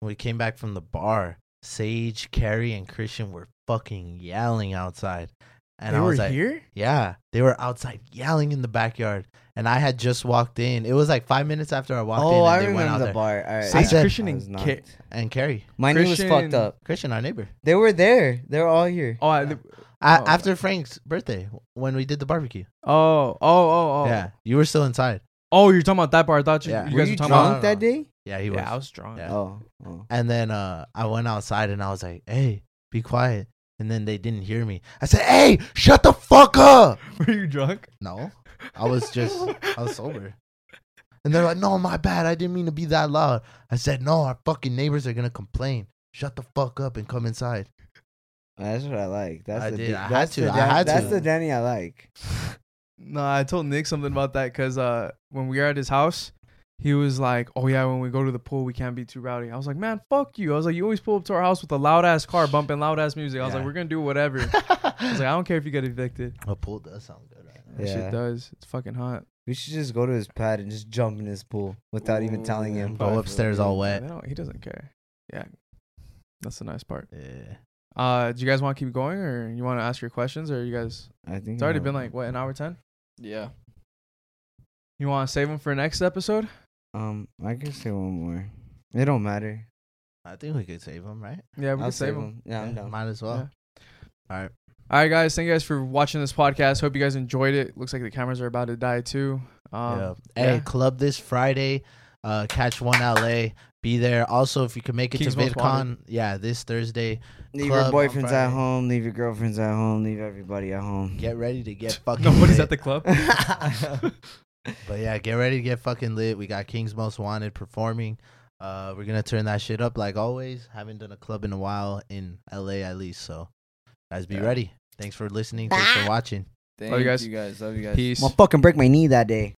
D: when we came back from the bar, Sage, Carrie, and Christian were fucking yelling outside, and
A: they
D: I
A: were
D: was like,
A: here.
D: "Yeah, they were outside yelling in the backyard," and I had just walked in. It was like five minutes after I walked in,
B: Oh,
D: and
B: I
D: they went
B: remember
D: out
B: the
D: there.
B: bar. All right, I-
A: Sage
D: said-
A: Christian
B: I
A: and
B: was knocked.
A: Kit.
D: And Carrie,
B: My knee was
A: Christian-
B: fucked up.
D: Christian, our neighbor,
B: They were there. They were all here.
A: Oh, I,
D: Yeah.
A: Oh,
D: I,
A: okay.
D: after Frank's birthday when we did the barbecue.
A: oh, oh, oh, oh.
D: Yeah, you were still inside.
C: Oh, you're talking about that part. I thought you,
D: Yeah.
C: you
B: Were
C: guys
B: you
C: were talking
D: No,
B: drunk
D: no,
B: that
D: no.
B: day?
D: Yeah, he
A: Yeah,
D: was.
A: I was
B: <laughs>
A: drunk.
D: Yeah.
B: Oh, oh.
D: And then uh, I went outside and I was like, "Hey, be quiet." And then they didn't hear me. I said, "Hey, shut the fuck up."
C: about. Were you drunk?
D: No, I was just I was sober. And they're like, "No, my bad. I didn't mean to be that loud." I said, "No, our fucking neighbors are gonna complain. Shut the fuck up and come inside."
B: That's what I like. That's
D: I
B: the
D: did.
B: Da-
D: I had
B: that's
D: to.
B: The
D: I
B: Dan-
D: had
B: That's
D: to.
B: the Danny I like.
A: No, I told Nick something about that because uh, when we were at his house, he was like, "Oh yeah, when we go to the pool, we can't be too rowdy." I was like, "Man, fuck you!" I was like, "You always pull up to our house with a loud ass car bumping loud ass music." I was like,
D: Yeah.
A: "We're gonna do whatever."
D: <laughs>
A: I was like, "I don't care if you get evicted."
D: A pool does sound good right now.
A: That
B: Yeah.
A: shit does. It's fucking hot.
B: We should just go to his pad and just jump in his pool without even telling him.
D: Go upstairs all
A: Yeah,
D: wet.
A: they don't- he doesn't care. Yeah, that's the nice part.
D: Yeah.
A: Uh, do you guys want to keep going, or you want to ask your questions, or you guys?
B: I think
A: It's already
B: I'm-
A: been like what an hour ten.
C: Yeah.
A: You want to save them for next episode?
B: Um, I can say one more. It don't matter.
D: I think we could save him, right?
A: Yeah, we
B: I'll
A: can save
B: save
A: them.
B: him. Yeah, I'm done.
D: Might as well. All right.
A: All right, guys. Thank you guys for watching this podcast. Hope you guys enjoyed it. Looks like the cameras are about to die too. Um, <laughs>
D: yeah. Hey,
A: yeah.
D: club this Friday. Uh, catch one LA. Be there. Also, if you can make it
A: Keys
D: to
A: Most
D: VidCon, yeah, this Thursday.
B: Leave
D: Club on
B: your boyfriends at
D: Friday.
B: home. Leave your girlfriends at home. Leave everybody at home. <laughs>
D: Get ready
A: <laughs>
D: to get fucking.
A: Nobody's
D: lit.
A: at the club.
D: But yeah, get ready to get fucking lit. We got King's Most Wanted performing. Uh, we're gonna turn that shit up like always. Haven't done a club in a while in LA at least. So, guys, be
C: Yeah.
D: ready. Thanks for listening. Thanks for watching.
C: Thank
A: guys.
C: you guys. Love you guys.
A: Peace.
B: I'll fucking break my knee that day.